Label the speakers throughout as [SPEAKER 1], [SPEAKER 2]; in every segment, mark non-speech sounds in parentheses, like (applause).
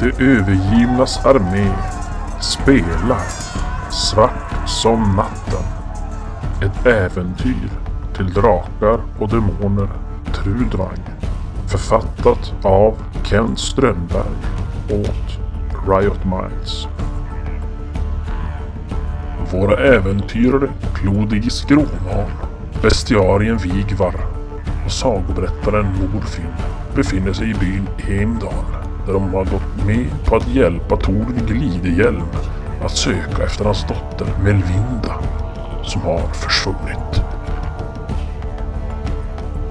[SPEAKER 1] Det övergivnas armé spelar svart som natten. Ett äventyr till drakar och demoner Trudvang. Författat av Kent Strömberg åt Riot Minds. Våra äventyrare Clodis Gronal, bestiarien Vigvar och sagoberättaren Morfinn befinner sig i byn Heimdal där de har gått med på att hjälpa Torvig Glidehjälm att söka efter hans dotter Melvinda som har försvunnit.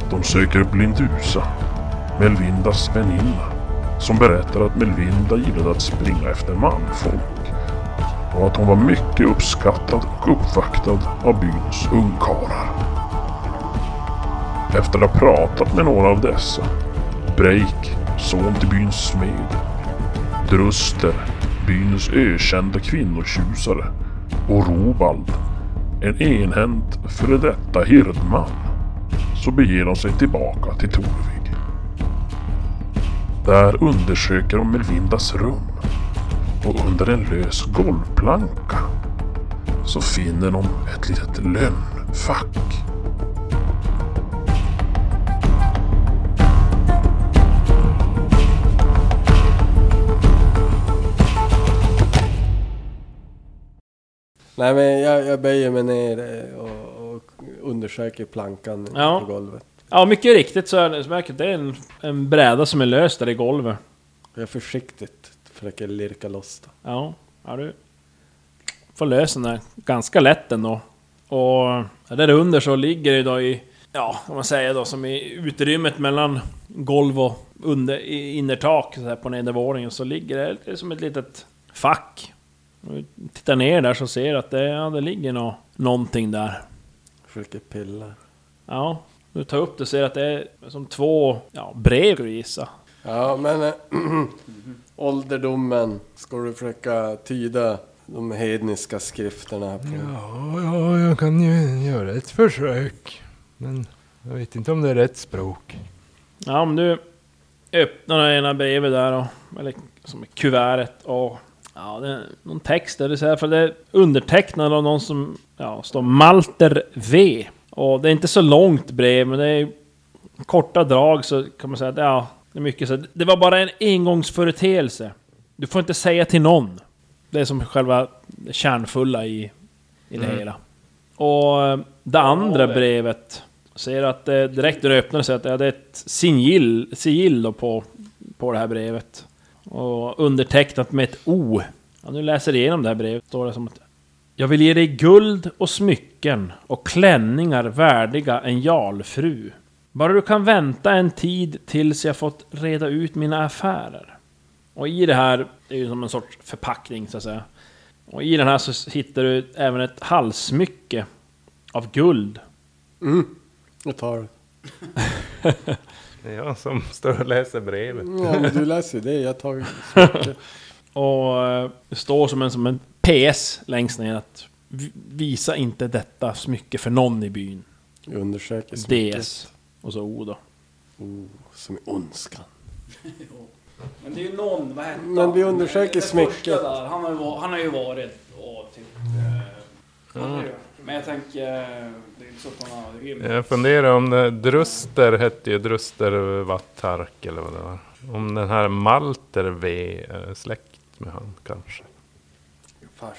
[SPEAKER 1] De söker upp Lindusa, Melvindas väninna, som berättar att Melvinda gillade att springa efter manfolk och att hon var mycket uppskattad och uppvaktad av byns ungkarlar. Efter att ha pratat med några av dessa, Breik, son till byns smed, Druster, byns ökända kvinnotjusare och Robald, en enhänt före detta hirdman, så beger de sig tillbaka till Torvig. Där undersöker de Melvindas rum och under en lös golvplanka så finner de ett litet lönnfack.
[SPEAKER 2] Nej men jag, jag böjer mig ner eh, och, och undersöker plankan
[SPEAKER 3] Ja.
[SPEAKER 2] på golvet.
[SPEAKER 3] Ja, mycket riktigt så är det, så märker jag att det är en, en bräda som är lös där i golvet.
[SPEAKER 2] Jag försiktigt försöker lirka loss den.
[SPEAKER 3] Ja, ja du får lösa den där ganska lätt ändå. Och där under så ligger det då i, ja, om man säger då som i utrymmet mellan golv och under, i- innertak så här på nedervåningen så ligger det, det är som ett litet fack. Om du tittar ner där så ser du att det, ja, det ligger nå, någonting där.
[SPEAKER 2] Försöker pilla.
[SPEAKER 3] Ja, du tar upp det och ser att det är som två ja, brev skulle jag gissa.
[SPEAKER 2] Ja men äh, (clears throat) ålderdomen. Ska du försöka tyda de hedniska skrifterna? På?
[SPEAKER 4] Ja, ja, jag kan ju göra ett försök. Men jag vet inte om det är rätt språk.
[SPEAKER 3] Ja, om du öppnar det ena brevet där och, eller som är kuvertet och ja, det är någon text där du säger för det är undertecknad av någon som ja, står Malter V. Och det är inte så långt brev, men det är korta drag så kan man säga att ja, det är mycket så. här, Det var bara en engångsföreteelse. Du får inte säga till någon. Det är som själva det kärnfulla i, i det hela. Och eh, det andra brevet säger att eh, direkt när du öppnar det säger att ja, det är ett sigill, sigill då på, på det här brevet. Och undertecknat med ett O. Ja, nu läser jag igenom det här brevet. Står det som att jag vill ge dig guld och smycken och klänningar värdiga en jarlfru. Bara du kan vänta en tid tills jag fått reda ut mina affärer. Och i det här, det är ju som en sorts förpackning så att säga. Och i den här så hittar du även ett halssmycke av guld.
[SPEAKER 2] Jag tar det.
[SPEAKER 4] Det är jag som står och läser brevet.
[SPEAKER 2] Ja, men du läser ju det. Jag tar smycket.
[SPEAKER 3] Och eh, det står som en, som en PS längst ner att vi- visa inte detta smycke för någon i byn.
[SPEAKER 2] Jag undersöker smycket.
[SPEAKER 3] DS. Och så O då.
[SPEAKER 2] Som är
[SPEAKER 5] (laughs)
[SPEAKER 2] ondskan.
[SPEAKER 5] Men det är ju någon, vad hette
[SPEAKER 2] Men vi undersöker
[SPEAKER 5] Den första
[SPEAKER 2] smycket.
[SPEAKER 5] Där, han, har ju, va- han har ju varit och typ... Eh, han har ju- Men jag tänker, eh, det är inte så att han har rymt.
[SPEAKER 4] Jag funderar om det, Druster hette ju Druster Vattark eller vad det var. Om den här Malter V är släkt med han kanske.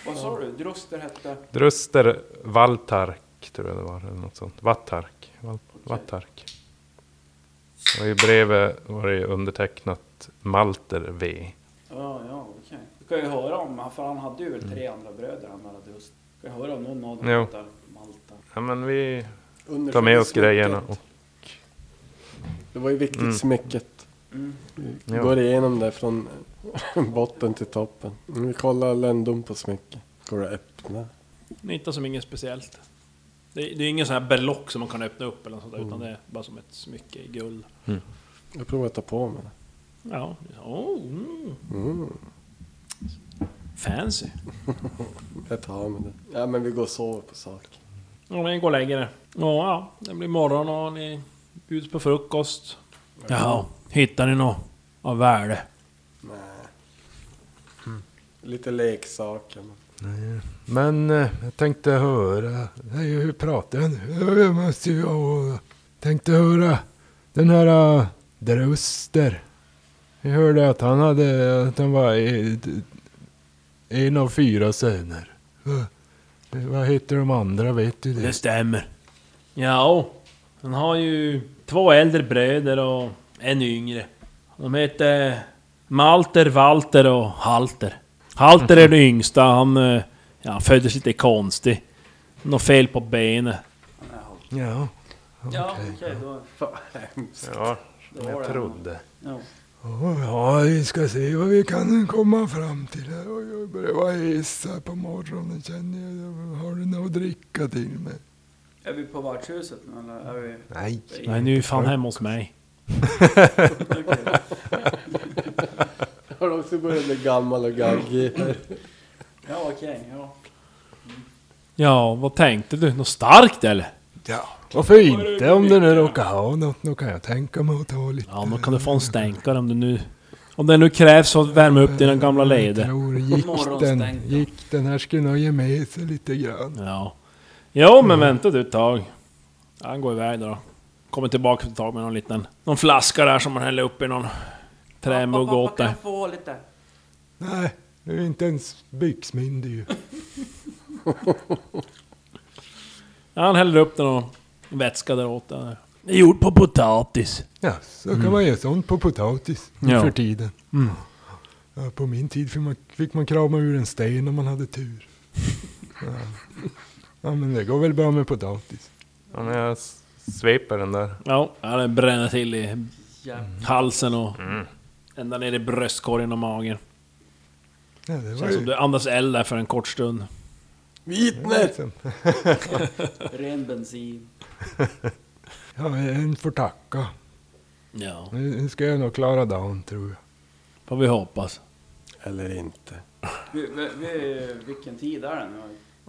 [SPEAKER 5] Vad sa du? Druster hette?
[SPEAKER 4] Druster Valtark tror jag det var eller något sånt. Vattark. Val, Vattark. Och i brevet var det ju undertecknat Malter V.
[SPEAKER 5] Ja, ja, okej. Du kan ju höra om, han- för han hade ju väl tre andra bröder han där Druster. Du kan ju höra om någon av dem
[SPEAKER 4] Jo.
[SPEAKER 5] heter Malta.
[SPEAKER 4] Ja men vi tar
[SPEAKER 2] Undersöker
[SPEAKER 4] med oss
[SPEAKER 2] smycket.
[SPEAKER 4] grejerna. Och,
[SPEAKER 2] Det var ju viktigt
[SPEAKER 4] Mm.
[SPEAKER 2] smycket.
[SPEAKER 5] Mm.
[SPEAKER 2] Vi
[SPEAKER 4] Ja.
[SPEAKER 2] går igenom det från (laughs) botten till toppen. Vi kollar ländom på smycket. Går det att öppna?
[SPEAKER 3] Det är inte som inget speciellt. Det, det är ingen sån här berlock som man kan öppna upp eller något sånt där, utan det är bara som ett smycke i guld.
[SPEAKER 2] Jag provar att ta på mig det.
[SPEAKER 3] Ja. Oh, mm. Fancy.
[SPEAKER 2] Jag tar med det. Ja men vi går och sover på sak.
[SPEAKER 3] Ja, ni går och lägger er. Ja, ja, det blir morgon och ni bjuds på frukost. Ja, hittar ni något av värde?
[SPEAKER 2] Nej. Lite leksaker. (laughs) men-
[SPEAKER 6] Men eh, jag tänkte höra. Nej, hur pratar jag nu? Jag måste ju... åh. Tänkte höra den här eh, Druster. Jag hörde att han hade... Att han var i- en av fyra söner. Va? Vad heter de andra? Vet du det?
[SPEAKER 3] stämmer. Ja, han har ju två äldre bröder och en yngre. De heter Malter, Walter och Halter. Halter är den yngsta, han eh, ja, han föddes lite konstig. Något fel på benet.
[SPEAKER 6] Ja.
[SPEAKER 5] Ja, okej då.
[SPEAKER 6] Ja,
[SPEAKER 5] jag var det. trodde. Ja.
[SPEAKER 6] Oh, ja, vi ska se vad vi kan komma fram till. här. Oj, Jag börjar vara hes här på morgonen känner jag. Har du något att dricka till mig?
[SPEAKER 5] Är vi på värdshuset nu eller? Är vi...
[SPEAKER 6] Nej.
[SPEAKER 3] Nej, nu är fan hemma hos mig.
[SPEAKER 5] Okej.
[SPEAKER 2] Har du också börjat bli gammal och gaggig?
[SPEAKER 5] Ja, okej. Ja.
[SPEAKER 3] Ja, vad tänkte du? Något starkt eller?
[SPEAKER 6] Ja. Varför inte? Om du nu råkar ha något, då kan jag tänka mig att ta lite.
[SPEAKER 3] Ja, då kan du få en stänkare om du nu... Om det nu krävs för att värma upp dina gamla
[SPEAKER 6] Jag
[SPEAKER 3] leder.
[SPEAKER 6] tror gick den,
[SPEAKER 5] Morgonstänk då.
[SPEAKER 6] gick den här skulle nog ge med sig lite grann.
[SPEAKER 3] Ja. Jo, men vänta du ett tag. Ja, Han går iväg då. Kommer tillbaka för ett tag med någon liten... Någon flaska där som man häller upp i någon trämugg åt
[SPEAKER 5] Pappa
[SPEAKER 3] dig.
[SPEAKER 5] kan få lite.
[SPEAKER 6] Nej, du är inte ens byxmyndig ju.
[SPEAKER 3] Ja, han häller upp den och vätska där åt dig. Det är Gjord på potatis.
[SPEAKER 6] Ja, så kan man göra sånt på potatis
[SPEAKER 3] Mm.
[SPEAKER 6] nu
[SPEAKER 3] Ja. Mm.
[SPEAKER 6] för tiden. Ja, på min tid fick man, fick man krama ur en sten om man hade tur. Ja. ja, men det går väl bra med potatis. Ja, men jag sveper den där.
[SPEAKER 3] Ja, ja, den bränner till i
[SPEAKER 5] Jävlar.
[SPEAKER 3] halsen och... Ända ner i bröstkorgen och magen.
[SPEAKER 6] Ja, det var
[SPEAKER 3] Känns som
[SPEAKER 6] ju...
[SPEAKER 3] du andas eld där för en kort stund.
[SPEAKER 2] Vitner!
[SPEAKER 6] Liksom.
[SPEAKER 5] Ren bensin.
[SPEAKER 6] Ja, en får tacka.
[SPEAKER 3] Ja,
[SPEAKER 6] Nu nu ska jag nog klara dagen tror jag.
[SPEAKER 3] får vi hoppas.
[SPEAKER 2] Eller inte.
[SPEAKER 5] Vi, vi, vi, vilken tid är det nu?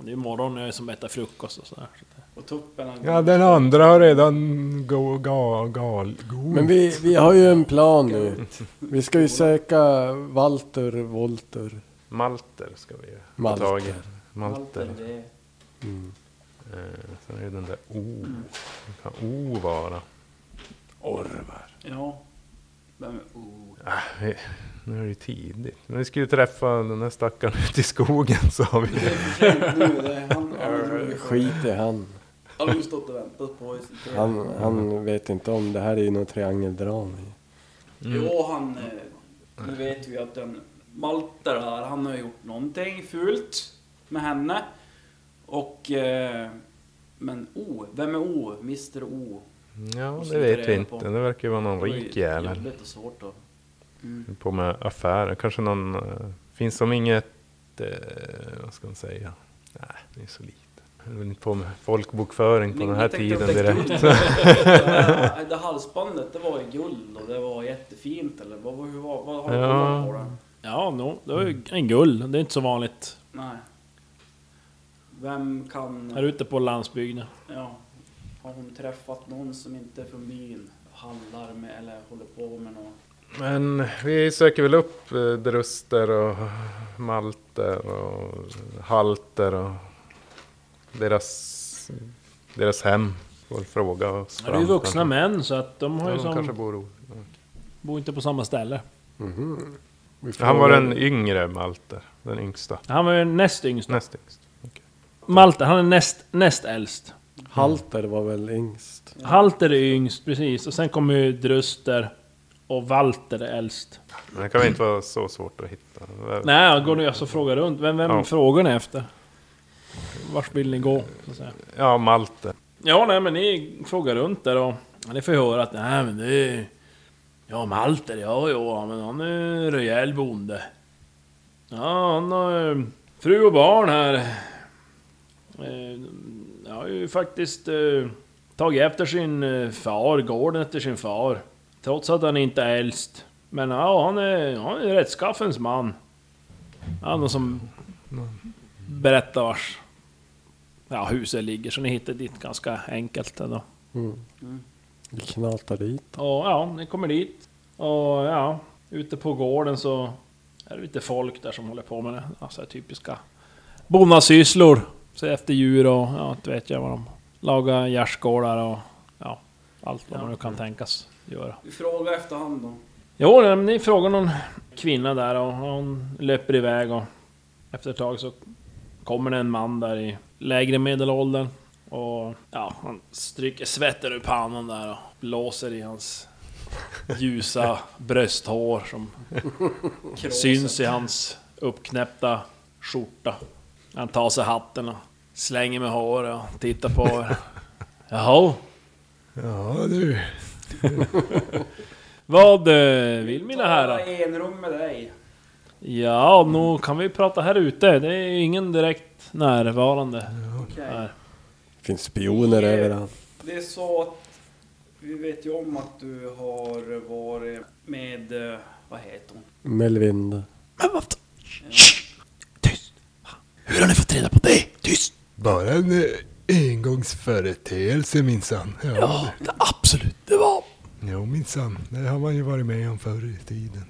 [SPEAKER 3] Det är ju morgon när jag är som äter frukost och sådär.
[SPEAKER 5] Och tuppen... har-
[SPEAKER 6] Ja, den andra har redan go, ga, gal, god.
[SPEAKER 2] Men vi, vi har ju en plan nu. Vi ska ju söka Walter, Volter,
[SPEAKER 6] Malter ska vi
[SPEAKER 2] Malter.
[SPEAKER 5] Walter, det är-
[SPEAKER 6] Eh, Sen är det den där O. Vad kan O vara?
[SPEAKER 2] Orvar.
[SPEAKER 5] Ja. Vem är... Oh.
[SPEAKER 6] Eh, Nu är det ju tidigt. Men vi ska ju träffa den där stackaren (laughs) ute i skogen sa
[SPEAKER 5] Det
[SPEAKER 6] vi.
[SPEAKER 5] är för sent nu. Det är han, han drog ju skit.
[SPEAKER 2] Skit i han.
[SPEAKER 5] Han har ju stått och väntat på oss. i tre-
[SPEAKER 2] Han, han vet inte om det här är ju något triangeldrama.
[SPEAKER 6] Mm.
[SPEAKER 5] Jo, han... eh, Nu vet vi att den Malter här, han har gjort någonting fult med henne. Och... eh, Men O, vem är O? Mr O.
[SPEAKER 6] Ja,
[SPEAKER 5] Och så
[SPEAKER 6] det vet vi
[SPEAKER 5] reda
[SPEAKER 6] inte.
[SPEAKER 5] på.
[SPEAKER 6] Det verkar ju vara någon
[SPEAKER 5] Det var ju
[SPEAKER 6] rik jävel.
[SPEAKER 5] Jobbigt och svårt att...
[SPEAKER 6] På med affärer. Kanske någon... eh, Finns som inget... Eh, vad ska man säga? Nej, det är så lite. Jag vill inte på med folkbokföring på den här tiden direkt. (laughs)
[SPEAKER 5] det, det halsbandet, det var ju guld och det var jättefint eller vad, vad, vad, vad har du
[SPEAKER 6] Ja.
[SPEAKER 5] kommit på det?
[SPEAKER 3] Ja, no, det var ju en guld. Det är inte så vanligt
[SPEAKER 5] Nej. Vem kan...
[SPEAKER 3] här ute på landsbygden.
[SPEAKER 5] Ja. Har hon träffat någon som inte är från byn? Handlar med eller håller på med något?
[SPEAKER 6] Men vi söker väl upp eh, Druster och Malter och Halter och deras, deras hem. Får fråga oss
[SPEAKER 3] Ja, det är ju vuxna män så att de har
[SPEAKER 6] Ja,
[SPEAKER 3] ju
[SPEAKER 6] de kanske
[SPEAKER 3] som,
[SPEAKER 6] bor o-
[SPEAKER 3] bor inte på samma ställe.
[SPEAKER 2] Vi får-
[SPEAKER 6] Han var den yngre Malter, den yngsta.
[SPEAKER 3] Han var ju näst yngst.
[SPEAKER 6] Näst yngst.
[SPEAKER 3] Malte, han är näst, näst äldst.
[SPEAKER 2] Halter var väl yngst.
[SPEAKER 3] Halter är yngst, precis. Och sen kommer ju Druster. Och Walter är äldst.
[SPEAKER 6] Men det kan väl inte vara så svårt att hitta.
[SPEAKER 3] Nej, jag går nu alltså och frågar runt. Vem, vem
[SPEAKER 6] Ja.
[SPEAKER 3] frågar ni efter? Vars vill ni gå? Så att säga.
[SPEAKER 6] Ja, Malter.
[SPEAKER 3] Ja, nej men ni frågar runt där och... Ja, ni får ju höra att nej men det... är- Ja, Malter, ja, ja, men han är en rejäl bonde. Ja, han har eh, fru och barn här. Eh, Jag har ju faktiskt eh, tagit efter sin eh, far, gården efter sin far. Trots att han inte är äldst. Men ja, han är, han är en rättskaffens man. Ja, någon som berättar vars ja, huset ligger, så ni hittar dit ganska enkelt. Då.
[SPEAKER 2] Vi knatar dit.
[SPEAKER 3] Och ja, ni kommer dit. Och ja, ute på gården så är det lite folk där som håller på med det. Alltså typiska bonnasysslor. Så efter djur och ja, inte vet jag vad de... Laga gärdsgårdar och ja, allt vad man nu kan tänkas göra.
[SPEAKER 5] Vi frågar efterhand då.
[SPEAKER 3] Jo, nej, men ni frågar någon kvinna där och hon löper iväg och efter ett tag så kommer det en man där i lägre medelåldern och ja, han stryker svetten ur pannan där och blåser i hans ljusa brösthår som
[SPEAKER 5] Kråsen.
[SPEAKER 3] syns i hans uppknäppta skjorta. Han tar sig hatten och slänger med håret och tittar på er. Jaha,
[SPEAKER 4] Ja du.
[SPEAKER 3] vad eh, vill mina herrar?
[SPEAKER 5] Ta enrum med dig.
[SPEAKER 3] Ja, nu kan vi prata här ute. Det är ju ingen direkt närvarande
[SPEAKER 5] Okej.
[SPEAKER 3] här.
[SPEAKER 2] finns spioner
[SPEAKER 5] Yeah.
[SPEAKER 2] överallt.
[SPEAKER 5] Det är så att vi vet ju om att du har varit med, eh, vad heter hon?
[SPEAKER 2] Melvinda.
[SPEAKER 3] Tyst! Hur har ni fått reda på det? Tyst!
[SPEAKER 4] Bara en eh, engångsföreteelse minsann. Ja, ja.
[SPEAKER 3] absolut. Det var...
[SPEAKER 4] Jo minsann. Det har man ju varit med om förr i tiden.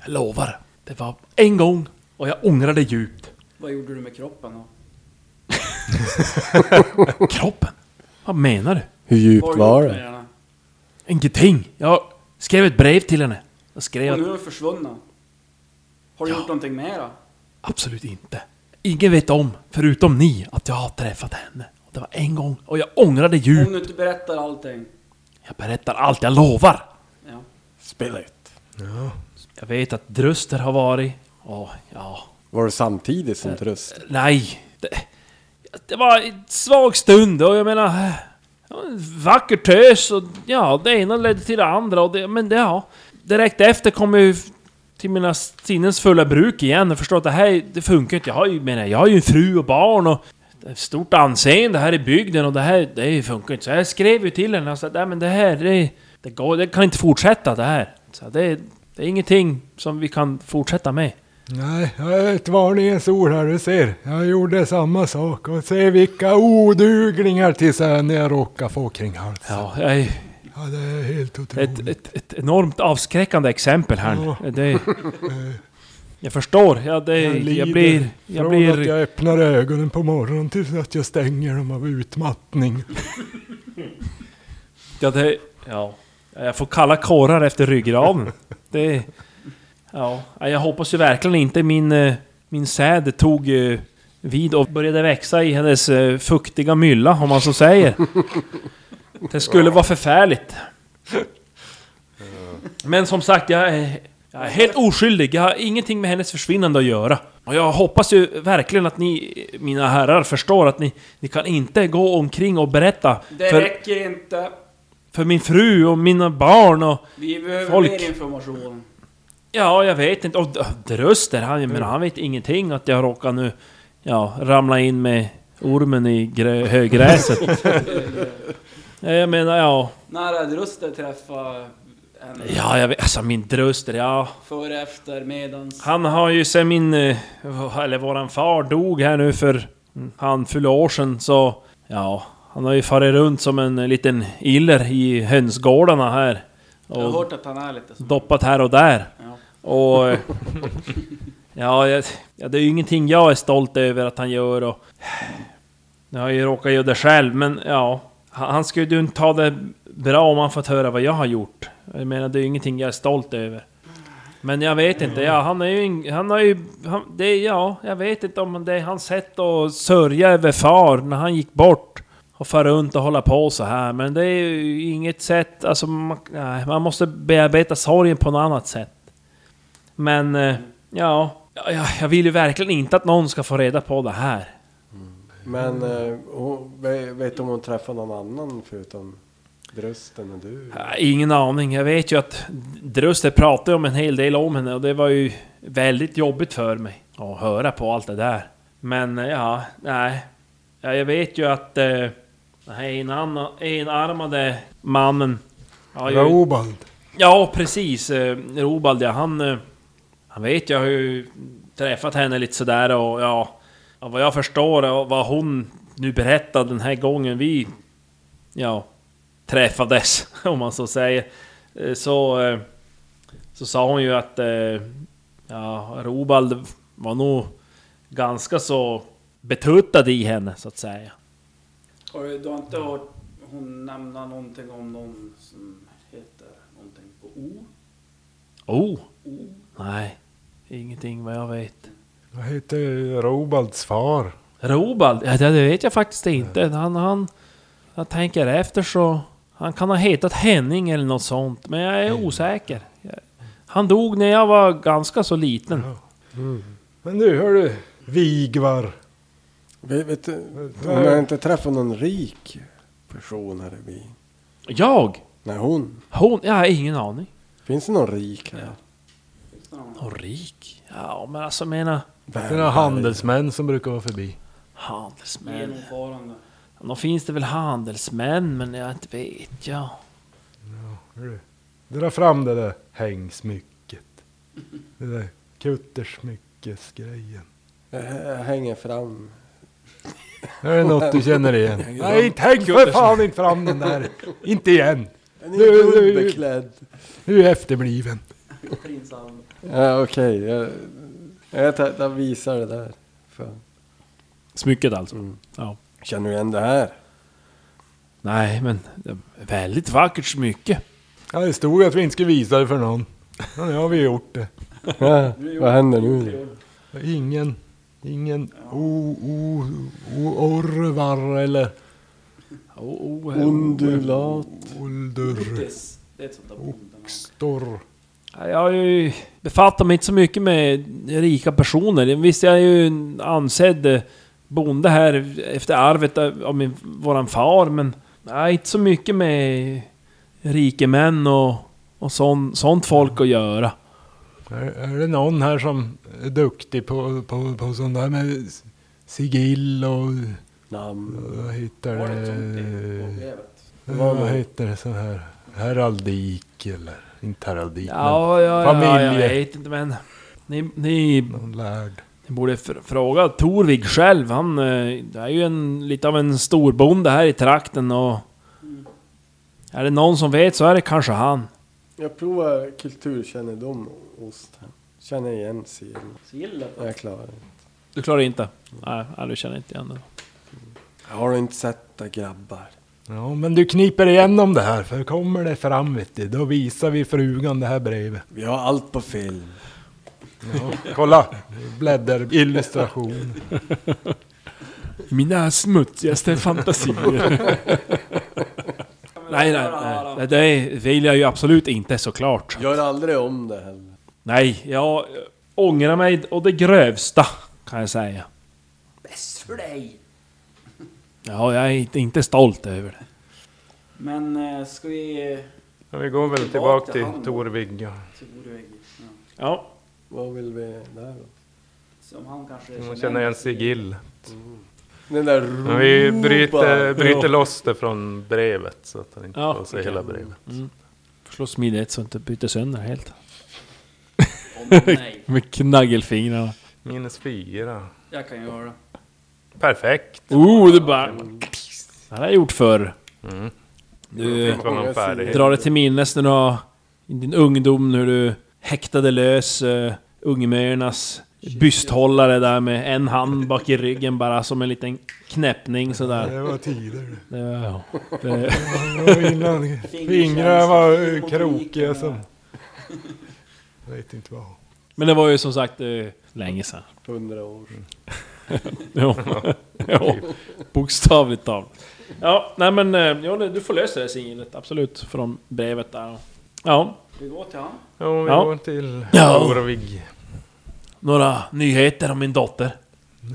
[SPEAKER 3] Jag lovar. Det var en gång och jag ångrade djupt.
[SPEAKER 5] Vad gjorde du med kroppen då?
[SPEAKER 3] Kroppen? Vad menar du?
[SPEAKER 2] Hur
[SPEAKER 5] Vad har
[SPEAKER 2] djupt
[SPEAKER 5] du gjort
[SPEAKER 2] var
[SPEAKER 5] med
[SPEAKER 2] det?
[SPEAKER 5] henne?
[SPEAKER 3] Ingenting. Jag skrev ett brev till henne. Jag skrev
[SPEAKER 5] Och nu
[SPEAKER 3] att
[SPEAKER 5] är du försvunnen. Har du
[SPEAKER 3] Ja.
[SPEAKER 5] gjort någonting mer då?
[SPEAKER 3] absolut inte. Ingen vet om, förutom ni, att jag har träffat henne. Och Det var en gång och jag ångrade
[SPEAKER 5] Om
[SPEAKER 3] djupt.
[SPEAKER 5] du inte berättar allting.
[SPEAKER 3] Jag berättar allt, jag lovar.
[SPEAKER 5] Ja.
[SPEAKER 2] Spela ut.
[SPEAKER 4] Ja.
[SPEAKER 3] Jag vet att Druster har varit. Och ja,
[SPEAKER 2] Var det samtidigt som Trust?
[SPEAKER 3] nej. Det, det var en svag stund och jag menar... ja, en Vacker tös och ja, det ena ledde till det andra och det, men det, ja. Direkt efter kom jag ju f- till mina sinnens fulla bruk igen och förstår att det här, det funkar inte. Jag har ju, menar, jag har ju en fru och barn och det är ett stort anseende här i bygden och det här, det funkar inte. Så jag skrev ju till henne och sa att nej men det här, det, det går, det kan inte fortsätta det här. Så det, det är ingenting som vi kan fortsätta med.
[SPEAKER 4] Nej, jag är ett varningens ord här, du ser. Jag gjorde samma sak och se vilka oduglingar tills jag- när jag råkade få kring halsen.
[SPEAKER 3] Ja, jag är
[SPEAKER 4] Ja, det är helt otroligt.
[SPEAKER 3] ett, eh, ett, ett enormt avskräckande exempel här.
[SPEAKER 4] Ja.
[SPEAKER 3] Det, jag förstår. Ja, det,
[SPEAKER 4] Jag
[SPEAKER 3] jag,
[SPEAKER 4] lider
[SPEAKER 3] blir... Jag
[SPEAKER 4] Från
[SPEAKER 3] blir...
[SPEAKER 4] att jag öppnar ögonen på morgonen tills att jag stänger dem av utmattning.
[SPEAKER 3] Ja, det, ja, jag får kalla kårar efter ryggraden. Det... Ja, jag hoppas ju verkligen inte min, eh, min säd tog eh, vid och började växa i hennes eh, fuktiga mylla, om man så säger. Det skulle vara förfärligt. Men som sagt, jag är, jag är helt oskyldig. Jag har ingenting med hennes försvinnande att göra. Och jag hoppas ju verkligen att ni, mina herrar, förstår att ni, ni kan inte gå omkring och berätta.
[SPEAKER 5] Det
[SPEAKER 3] för-
[SPEAKER 5] räcker inte.
[SPEAKER 3] för min fru och mina barn och...
[SPEAKER 5] Vi behöver
[SPEAKER 3] Folk.
[SPEAKER 5] mer information.
[SPEAKER 3] Ja, jag vet inte. Och D- Dröster, han, jag menar, han vet ingenting att jag råkar nu... Ja, ramla in med ormen i grö- högräset. Ja, jag menar, ja...
[SPEAKER 5] När hade Ruster träffat henne?
[SPEAKER 3] Ja, jag vet... Alltså min Dröster, ja...
[SPEAKER 5] Före, efter, medans?
[SPEAKER 3] Han har ju sen min... eh, Eller våran far dog här nu för en handfull år sedan så... Ja, han har ju farit runt som en eh, liten iller i hönsgårdarna här.
[SPEAKER 5] Jag har
[SPEAKER 3] Och
[SPEAKER 5] hört att han är lite så.
[SPEAKER 3] Alltså. doppat här och där.
[SPEAKER 5] Ja.
[SPEAKER 3] Och... eh, ja, jag, ja, det är ju ingenting jag är stolt över att han gör och... Nu har jag ju råkat göra det själv, men ja... Han han skulle ju inte ta det bra om han fått höra vad jag har gjort. Jag menar, det är ju ingenting jag är stolt över. Men jag vet inte, ja, han är ju... ing- Han har ju... Han, det, är- ja, jag vet inte om det är hans sätt att sörja över far när han gick bort. Och fara runt och hålla på så här, men det är ju inget sätt... Alltså, man, nej, man måste bearbeta sorgen på något annat sätt. Men eh, ja, ja, ja, jag vill ju verkligen inte att någon ska få reda på det här.
[SPEAKER 2] Men eh, hon, ve- vet du om hon träffar någon annan förutom Drösten och du?
[SPEAKER 3] Äh, Ingen aning. Jag vet ju att Druster pratade om en hel del om henne och det var ju väldigt jobbigt för mig att höra på allt det där. Men eh, ja, nej. Ja, jag vet ju att eh, den här enan- enarmade mannen... har ju-
[SPEAKER 4] Robald.
[SPEAKER 3] Ja, precis. Eh, Robald, ja, han... eh, Han vet, jag har ju träffat henne lite sådär och ja... ja, Vad jag förstår och vad hon nu berättade den här gången vi... Ja... Träffades, (laughs) om man så säger. eh, Så... eh, Så sa hon ju att... eh, ja, Robald var nog ganska så betuttad i henne så att säga.
[SPEAKER 5] Har du, du har inte hört hon nämna någonting om någon som heter någonting på O?
[SPEAKER 3] Oh,
[SPEAKER 5] O?
[SPEAKER 3] nej, ingenting vad jag vet.
[SPEAKER 4] Vad heter Robalds far?
[SPEAKER 3] Robald? Ja, det vet jag faktiskt inte. Han, han... Jag tänker efter så... Han kan ha hetat Henning eller något sånt, men jag är osäker. Jag- Han dog när jag var ganska så liten.
[SPEAKER 4] Men du, hör du. Vigvar.
[SPEAKER 2] Vet, vet, du, hon har inte träffat någon rik person här i byn.
[SPEAKER 3] Jag?
[SPEAKER 2] Nej, hon.
[SPEAKER 3] Hon? Jag har ingen aning.
[SPEAKER 2] Finns det någon rik här?
[SPEAKER 3] Och rik? Ja, men alltså mena...
[SPEAKER 4] Det är några handelsmän som brukar vara förbi.
[SPEAKER 3] Handelsmän.
[SPEAKER 5] Genomfarande.
[SPEAKER 3] Då finns det väl handelsmän, men jag inte vet jag.
[SPEAKER 4] Hör du. Dra fram det där hängsmycket. Det där kuttersmyckesgrejen.
[SPEAKER 2] Jag, jag Eh, hänger fram.
[SPEAKER 4] Är det något du känner (laughs) igen? Nej, tänk för fan inte fram den där! Inte igen!
[SPEAKER 2] Den
[SPEAKER 4] är ju
[SPEAKER 2] är
[SPEAKER 4] underklädd.
[SPEAKER 2] underklädd.
[SPEAKER 4] Du är efterbliven.
[SPEAKER 5] Prinsarm.
[SPEAKER 2] Ja, okej. Jag, jag, tar- jag visar det där. Fan.
[SPEAKER 3] Smycket alltså? Ja.
[SPEAKER 2] Känner du igen det här?
[SPEAKER 3] Nej, men... det är Väldigt vackert smycke.
[SPEAKER 4] Ja, det stod att vi inte skulle visa det för någon. Ja, nu har vi gjort det.
[SPEAKER 2] Ja, vad händer nu?
[SPEAKER 5] Trevligt.
[SPEAKER 4] Ingen, ingen o, o, o, orvar eller
[SPEAKER 3] Oh, oh,
[SPEAKER 2] Ondulat.
[SPEAKER 4] oldur,
[SPEAKER 5] Guttis. Det är ett sånt där bondnamn.
[SPEAKER 4] storr.
[SPEAKER 3] Ja, Jag har ju befattat mig inte så mycket med rika personer. Visst, jag är ju en ansedd bonde här efter arvet av av min, våran far, men... Nej, inte så mycket med rikemän och, och sån, sånt folk att göra.
[SPEAKER 4] Är, är det någon här som är duktig på, på, på sånt där med s- sigill och
[SPEAKER 2] Namn.
[SPEAKER 4] vad heter
[SPEAKER 5] Har det ett sånt
[SPEAKER 4] det? Eh,
[SPEAKER 5] i brevet?
[SPEAKER 4] Vad, vad heter det så här? Heraldik eller? Inte heraldik men
[SPEAKER 3] Ja, ja, ja, jag
[SPEAKER 4] familje.
[SPEAKER 3] vet inte men... Ni, ni,
[SPEAKER 4] någon lärd.
[SPEAKER 3] ni borde fr- fråga Torvig själv. Han eh, det är ju en, lite av en storbonde här i trakten och... Mm. Är det någon som vet så är det kanske han.
[SPEAKER 2] Jag provar kulturkännedom ost. här. Känner igen serien.
[SPEAKER 5] Sigillet?
[SPEAKER 2] Jag klarar det.
[SPEAKER 3] Du klarar inte? Nej, nej, du känner inte igen det.
[SPEAKER 2] Har du inte sett det grabbar?
[SPEAKER 4] Ja, men du kniper igenom det här för kommer det fram vet du, då visar vi frugan det här brevet.
[SPEAKER 2] Vi har allt på film.
[SPEAKER 4] Ja, kolla! Blädderillustration.
[SPEAKER 3] Mina smutsigaste fantasier. nej, nej, nej. Det vill jag ju absolut inte såklart.
[SPEAKER 2] Gör aldrig om det heller.
[SPEAKER 3] Nej, jag eh, ångrar mig och det grövsta kan jag säga.
[SPEAKER 5] Bäst för dig!
[SPEAKER 3] Ja, jag är inte- inte stolt över det.
[SPEAKER 5] Men eh, ska vi...
[SPEAKER 4] Ja, vi går väl
[SPEAKER 5] Tillbaka
[SPEAKER 4] tillbaka
[SPEAKER 5] till
[SPEAKER 4] till
[SPEAKER 5] han.
[SPEAKER 4] Torvig. ja.
[SPEAKER 5] Så borde vi... Ja.
[SPEAKER 3] Ja,
[SPEAKER 2] Vad vill vi där då?
[SPEAKER 5] Så om han kanske
[SPEAKER 4] Hon känner igen sigill.
[SPEAKER 2] Den där
[SPEAKER 4] Men vi
[SPEAKER 3] Mm.
[SPEAKER 4] bryter,
[SPEAKER 2] Robald.
[SPEAKER 4] bryter
[SPEAKER 3] Ja.
[SPEAKER 4] loss det från brevet så att han inte
[SPEAKER 3] Ja,
[SPEAKER 4] får se
[SPEAKER 3] okej.
[SPEAKER 4] hela brevet.
[SPEAKER 3] slå smidigt så att det inte byter sönder helt.
[SPEAKER 5] Åh, nej,
[SPEAKER 3] Med knaggelfingrarna.
[SPEAKER 4] Minus fyra.
[SPEAKER 5] jag kan göra det.
[SPEAKER 4] Perfekt!
[SPEAKER 3] Oh, det bara... Det här har jag gjort förr.
[SPEAKER 4] Mm.
[SPEAKER 3] Du,
[SPEAKER 4] Det var någon färdighet.
[SPEAKER 3] Dra det till minnes när du har i din ungdom när du häktade lös uh, ungmörnas bysthållare där med en hand bak i ryggen bara som en liten knäppning sådär.
[SPEAKER 4] Det var tider
[SPEAKER 3] Det var, ja. det,
[SPEAKER 4] det. var innan fingrarna var eh, krokiga som... Jag vet inte vad.
[SPEAKER 3] men det var ju som sagt eh, länge sedan.
[SPEAKER 2] Hundra år.
[SPEAKER 3] Jo. jo. Bokstavligt talat. Ja, nej men eh, jo, det- du får lösa det singlet, absolut. Från brevet där. Ja,
[SPEAKER 5] Vi går till han.
[SPEAKER 4] Ja, vi
[SPEAKER 3] Ja.
[SPEAKER 4] går till
[SPEAKER 3] Ja.
[SPEAKER 4] Torvig.
[SPEAKER 3] några nyheter om min dotter.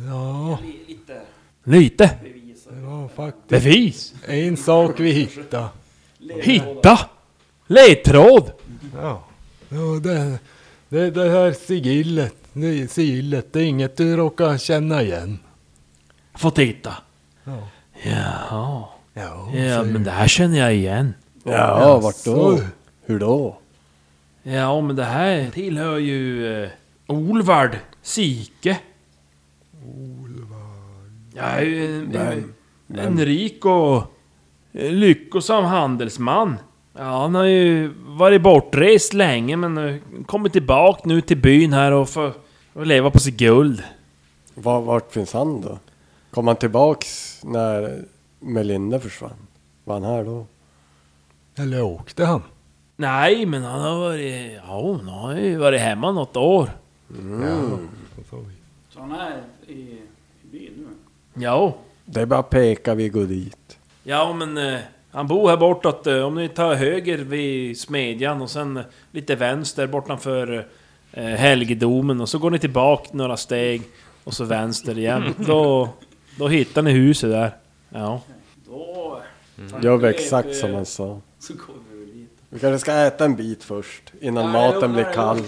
[SPEAKER 4] Ja,
[SPEAKER 5] Li- Lite
[SPEAKER 3] Lite.
[SPEAKER 5] bevis.
[SPEAKER 4] det var faktiskt
[SPEAKER 3] Bevis.
[SPEAKER 4] en sak vi hittade.
[SPEAKER 3] Hitta! Ledtråd!
[SPEAKER 4] Ja. ja det, det, det här sigillet, det, sigillet, det är inget du råkar känna igen.
[SPEAKER 3] Få titta.
[SPEAKER 4] Ja.
[SPEAKER 3] Jaha.
[SPEAKER 4] Ja,
[SPEAKER 3] Ja, men det här känner jag igen.
[SPEAKER 2] Ja, vart då?
[SPEAKER 4] så.
[SPEAKER 2] Hur då?
[SPEAKER 3] Ja, men det här tillhör ju eh, Olvard Sike. Olvard. Ja, en, en, en rik och eh, lyckosam eh, handelsman. Ja, han har ju varit bortrest länge men nu kommer tillbaka nu till byn här och får får leva på sitt guld.
[SPEAKER 2] Var, vart finns han då? Kom han tillbaks när Melinda försvann? Var han här då?
[SPEAKER 4] Eller åkte han?
[SPEAKER 3] Nej, men han har varit... Ja, han har ju varit hemma något år.
[SPEAKER 5] Så han är i, i byn nu.
[SPEAKER 3] Ja.
[SPEAKER 2] Det är bara peka, vi går dit.
[SPEAKER 3] Ja, men eh, han bor här bortåt. Eh, om ni tar höger vid smedjan och sen eh, lite vänster bortanför eh, helgedomen och så går ni tillbaka några steg och så vänster igen. då, då hittar ni huset där. Ja.
[SPEAKER 5] Då... Mm.
[SPEAKER 2] Gör vi exakt som han sa.
[SPEAKER 5] Så går vi väl dit.
[SPEAKER 2] Vi kanske ska äta en bit först, innan
[SPEAKER 5] Nej,
[SPEAKER 2] maten
[SPEAKER 5] jo,
[SPEAKER 2] blir
[SPEAKER 5] nej,
[SPEAKER 2] kall.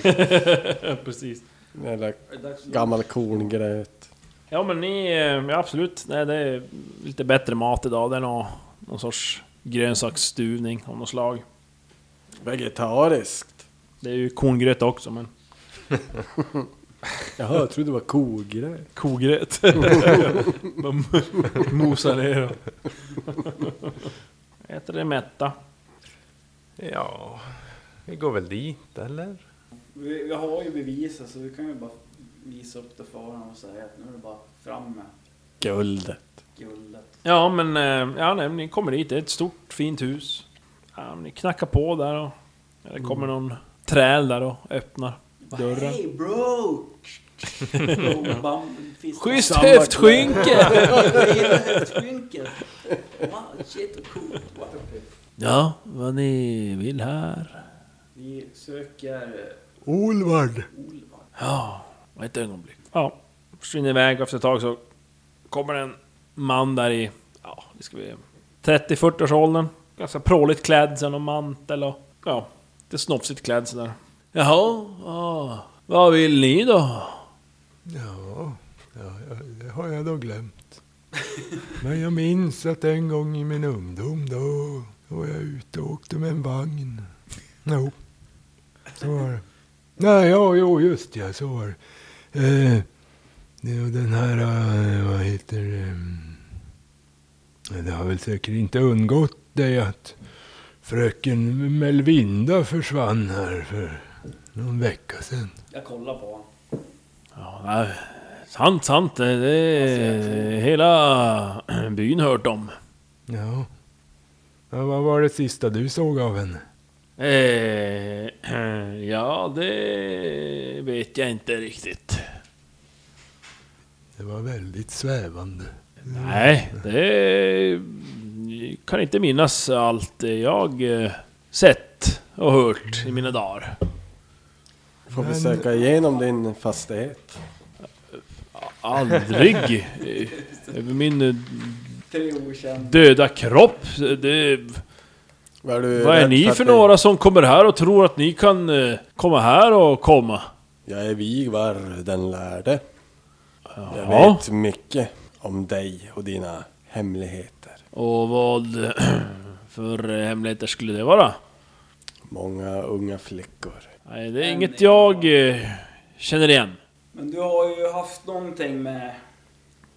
[SPEAKER 3] Precis.
[SPEAKER 2] Eller
[SPEAKER 5] Är det dags nu?
[SPEAKER 2] gammal korngröt.
[SPEAKER 3] Ja men ni, eh, ja, absolut. Nej, det är lite bättre mat idag. Det är någon, någon sorts grönsaksstuvning av något slag.
[SPEAKER 2] Vegetariskt.
[SPEAKER 3] Det är ju korngröt också men...
[SPEAKER 2] Jaha, jag trodde det var kogröt.
[SPEAKER 3] (laughs) Kogröt. De mosar ner Äter det mätta.
[SPEAKER 6] Ja, vi går väl dit eller?
[SPEAKER 5] Vi, vi har ju bevisen så vi kan ju bara visa upp det för honom och säga att nu är det bara fram med
[SPEAKER 2] Guldet.
[SPEAKER 5] guldet.
[SPEAKER 3] Ja men, eh, ja nej, men ni kommer dit. Det är ett stort fint hus. Ja, men ni knackar på där och... ja, Det kommer någon träl där och öppnar dörren.
[SPEAKER 5] Hey bro! Och bam- fisk-
[SPEAKER 3] Schysst
[SPEAKER 5] Samma-
[SPEAKER 3] höftskynke!
[SPEAKER 5] Hela höftskynket. Wow, shit vad coolt. Wow.
[SPEAKER 3] Ja, vad ni vill här.
[SPEAKER 5] Vi söker
[SPEAKER 4] Olvard!
[SPEAKER 5] eh, Olvar.
[SPEAKER 3] Ja, ett ögonblick. Ja, försvinner iväg och efter ett tag så kommer en man där i, ja, det ska vi 30-40 års åldern. Ganska pråligt klädd, sen och mantel och, ja, lite snofsigt klädd sådär. Jaha, ja, vad vill ni då?
[SPEAKER 4] Ja, ja, ja, det har jag då glömt. Men jag minns att en gång i min ungdom då, då var jag ute och åkte med en vagn. Jo, så var det. Nej, ja, jo, just ja, så var det. Eh, det var den här, eh, vad heter det? Eh, Det har väl säkert inte undgått dig att fröken Melvinda försvann här för någon vecka sedan.
[SPEAKER 5] Jag kollar på honom.
[SPEAKER 3] Ja, nej, sant, sant, det är hela byn hört om.
[SPEAKER 4] Ja. ja. Vad var det sista du såg av henne?
[SPEAKER 3] Eh, (clears throat) ja, det vet jag inte riktigt.
[SPEAKER 4] Det var väldigt svävande.
[SPEAKER 3] Nej, det kan inte minnas allt jag eh, sett och hört i mina dagar.
[SPEAKER 2] Får vi
[SPEAKER 4] Men-
[SPEAKER 2] söka igenom din fastighet?
[SPEAKER 3] Aldrig. eh, Över min eh,
[SPEAKER 5] Tre okända.
[SPEAKER 3] döda kropp. Det,
[SPEAKER 2] Vad är, du
[SPEAKER 3] vad är
[SPEAKER 2] rädd
[SPEAKER 3] ni
[SPEAKER 2] att
[SPEAKER 3] för
[SPEAKER 2] det-
[SPEAKER 3] några som kommer här och tror att ni kan eh, komma här och komma?
[SPEAKER 2] Jag är Vigvar den lärde. Jag
[SPEAKER 3] Ja.
[SPEAKER 2] vet mycket om dig och dina hemligheter.
[SPEAKER 3] Och vad (clears throat) för hemligheter skulle det vara?
[SPEAKER 2] Många unga flickor.
[SPEAKER 3] Nej, det är inget jag eh, känner igen.
[SPEAKER 5] Men du har ju haft någonting med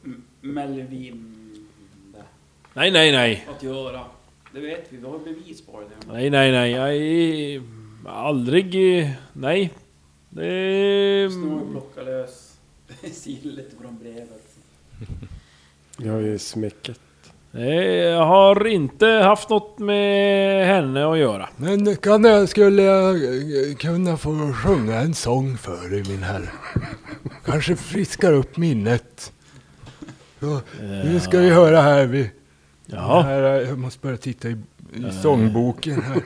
[SPEAKER 5] M- Melvin
[SPEAKER 3] Nej, nej, nej.
[SPEAKER 5] att göra. Det vet vi, vi har bevis på det.
[SPEAKER 3] Nej, nej, nej. Jag är aldrig... eh, Nej. Det...
[SPEAKER 5] Snor
[SPEAKER 3] Mm.
[SPEAKER 5] och plockar lös (laughs) sillet från brevet.
[SPEAKER 2] Vi har ju smicket.
[SPEAKER 3] Nej, Jag har inte haft något med henne att göra.
[SPEAKER 4] Men kan jag, skulle jag eh, kunna få sjunga en sång för dig min herre? Kanske friskar upp minnet. Så, nu ska vi höra här. Vi,
[SPEAKER 3] Jaha.
[SPEAKER 4] här eh, jag måste börja titta i, i sångboken här.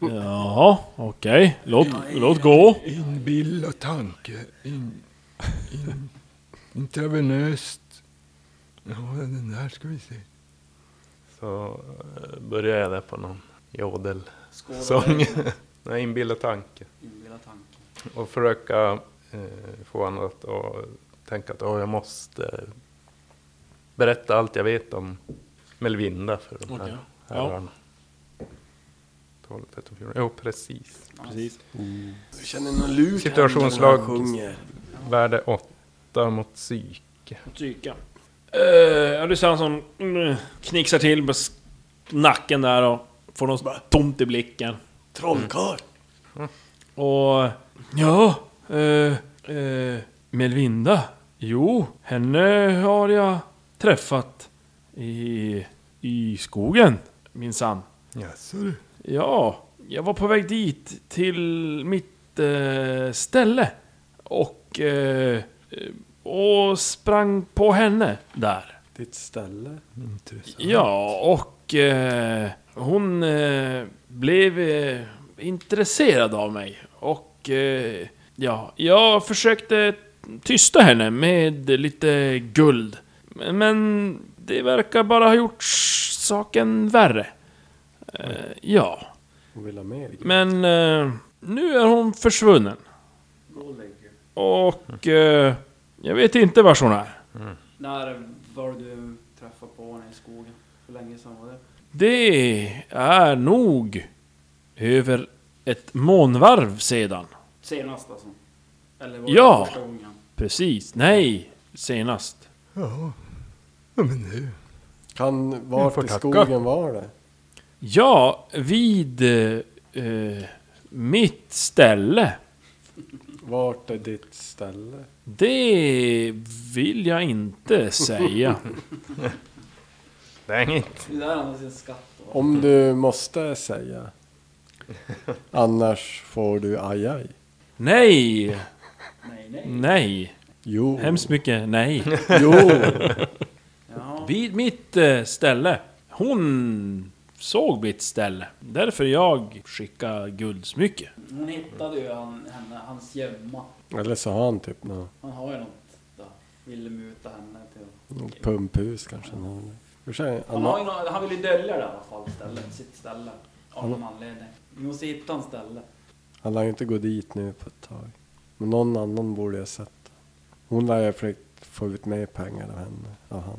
[SPEAKER 3] Jaha, okej. Låt, låt gå.
[SPEAKER 4] Inbill och tanke. In, in, intravenöst. Ja, den där ska vi se.
[SPEAKER 6] Så eh, börjar jag där på någon jodelsång.
[SPEAKER 5] Skål.
[SPEAKER 6] (laughs) Nej, inbilla tanke.
[SPEAKER 5] Inbilla tanken.
[SPEAKER 6] Och försöka eh, få honom att och tänka att åh jag måste eh, berätta allt jag vet om Melvinda för de här
[SPEAKER 3] Okej. Ja.
[SPEAKER 6] herrarna. 12, 13, 14. Jo, precis.
[SPEAKER 3] Precis.
[SPEAKER 2] Mm. Du känner någon luk
[SPEAKER 6] Situationslag.
[SPEAKER 2] när han sjunger.
[SPEAKER 6] Värde 8 mot psyke.
[SPEAKER 3] Psyka. Eh, ja, du ser han som mm, knixar till på s- nacken där och får någon så bara tomt i blicken.
[SPEAKER 2] Trollkarl!
[SPEAKER 3] Mm. Och... Ja... Eh, eh, Melvinda? Jo, henne har jag träffat i, i skogen minsann.
[SPEAKER 4] Jaså du.
[SPEAKER 3] Ja, jag var på väg dit till mitt eh, ställe. Och... Eh, eh, och sprang på henne där.
[SPEAKER 2] Ditt ställe?
[SPEAKER 4] Intressant.
[SPEAKER 3] Ja, och eh, hon eh, blev eh, intresserad av mig. Och eh, ja, jag försökte tysta henne med lite guld. Men- Men det verkar bara ha gjort saken värre. Eh, ja,
[SPEAKER 2] Hon vill ha mer guld.
[SPEAKER 3] men eh, nu är hon försvunnen. Och eh, jag vet inte var hon är.
[SPEAKER 5] När var det du träffade på henne i skogen? Hur länge sedan var det?
[SPEAKER 3] Det är nog över ett månvarv sedan.
[SPEAKER 5] Senast alltså? Eller var
[SPEAKER 3] Ja.
[SPEAKER 5] det första gången?
[SPEAKER 3] Precis. Nej, senast.
[SPEAKER 4] Ja. ja, men nu.
[SPEAKER 2] Kan,
[SPEAKER 4] Jag
[SPEAKER 2] vart
[SPEAKER 4] får
[SPEAKER 2] i
[SPEAKER 4] tacka.
[SPEAKER 2] skogen var det?
[SPEAKER 3] Ja, vid eh, eh, mitt ställe.
[SPEAKER 2] Vart är ditt ställe?
[SPEAKER 3] Det vill jag inte
[SPEAKER 5] (laughs)
[SPEAKER 3] säga.
[SPEAKER 6] Det är inget.
[SPEAKER 5] Det där är alltså en skatt då.
[SPEAKER 4] Mm.
[SPEAKER 2] Om du måste säga. Annars får du aj aj.
[SPEAKER 3] Nej,
[SPEAKER 5] Nej, nej.
[SPEAKER 3] nej.
[SPEAKER 2] Jo.
[SPEAKER 3] Hemskt mycket
[SPEAKER 5] (laughs)
[SPEAKER 3] nej.
[SPEAKER 4] (laughs)
[SPEAKER 2] Jo.
[SPEAKER 5] Jaha.
[SPEAKER 3] Vid mitt eh, ställe. Hon såg mitt ställe. Därför jag skickar guldsmycke.
[SPEAKER 5] Hon hittade ju han, henne, hans gömma.
[SPEAKER 2] Eller så har han typ något
[SPEAKER 5] Han har ju något där. Ville muta henne till...
[SPEAKER 2] något pumphus kanske. han har. Hur säger
[SPEAKER 5] Han, har
[SPEAKER 2] han?
[SPEAKER 5] ju något, han vill ju dölja det i alla fall, stället, sitt ställe. Av någon anledning. Vi måste hitta hans ställe.
[SPEAKER 2] Han lär ju inte gå dit nu på ett tag. Men någon annan borde jag sett. Hon lär ju ha försökt få ut mer pengar av henne. Av han.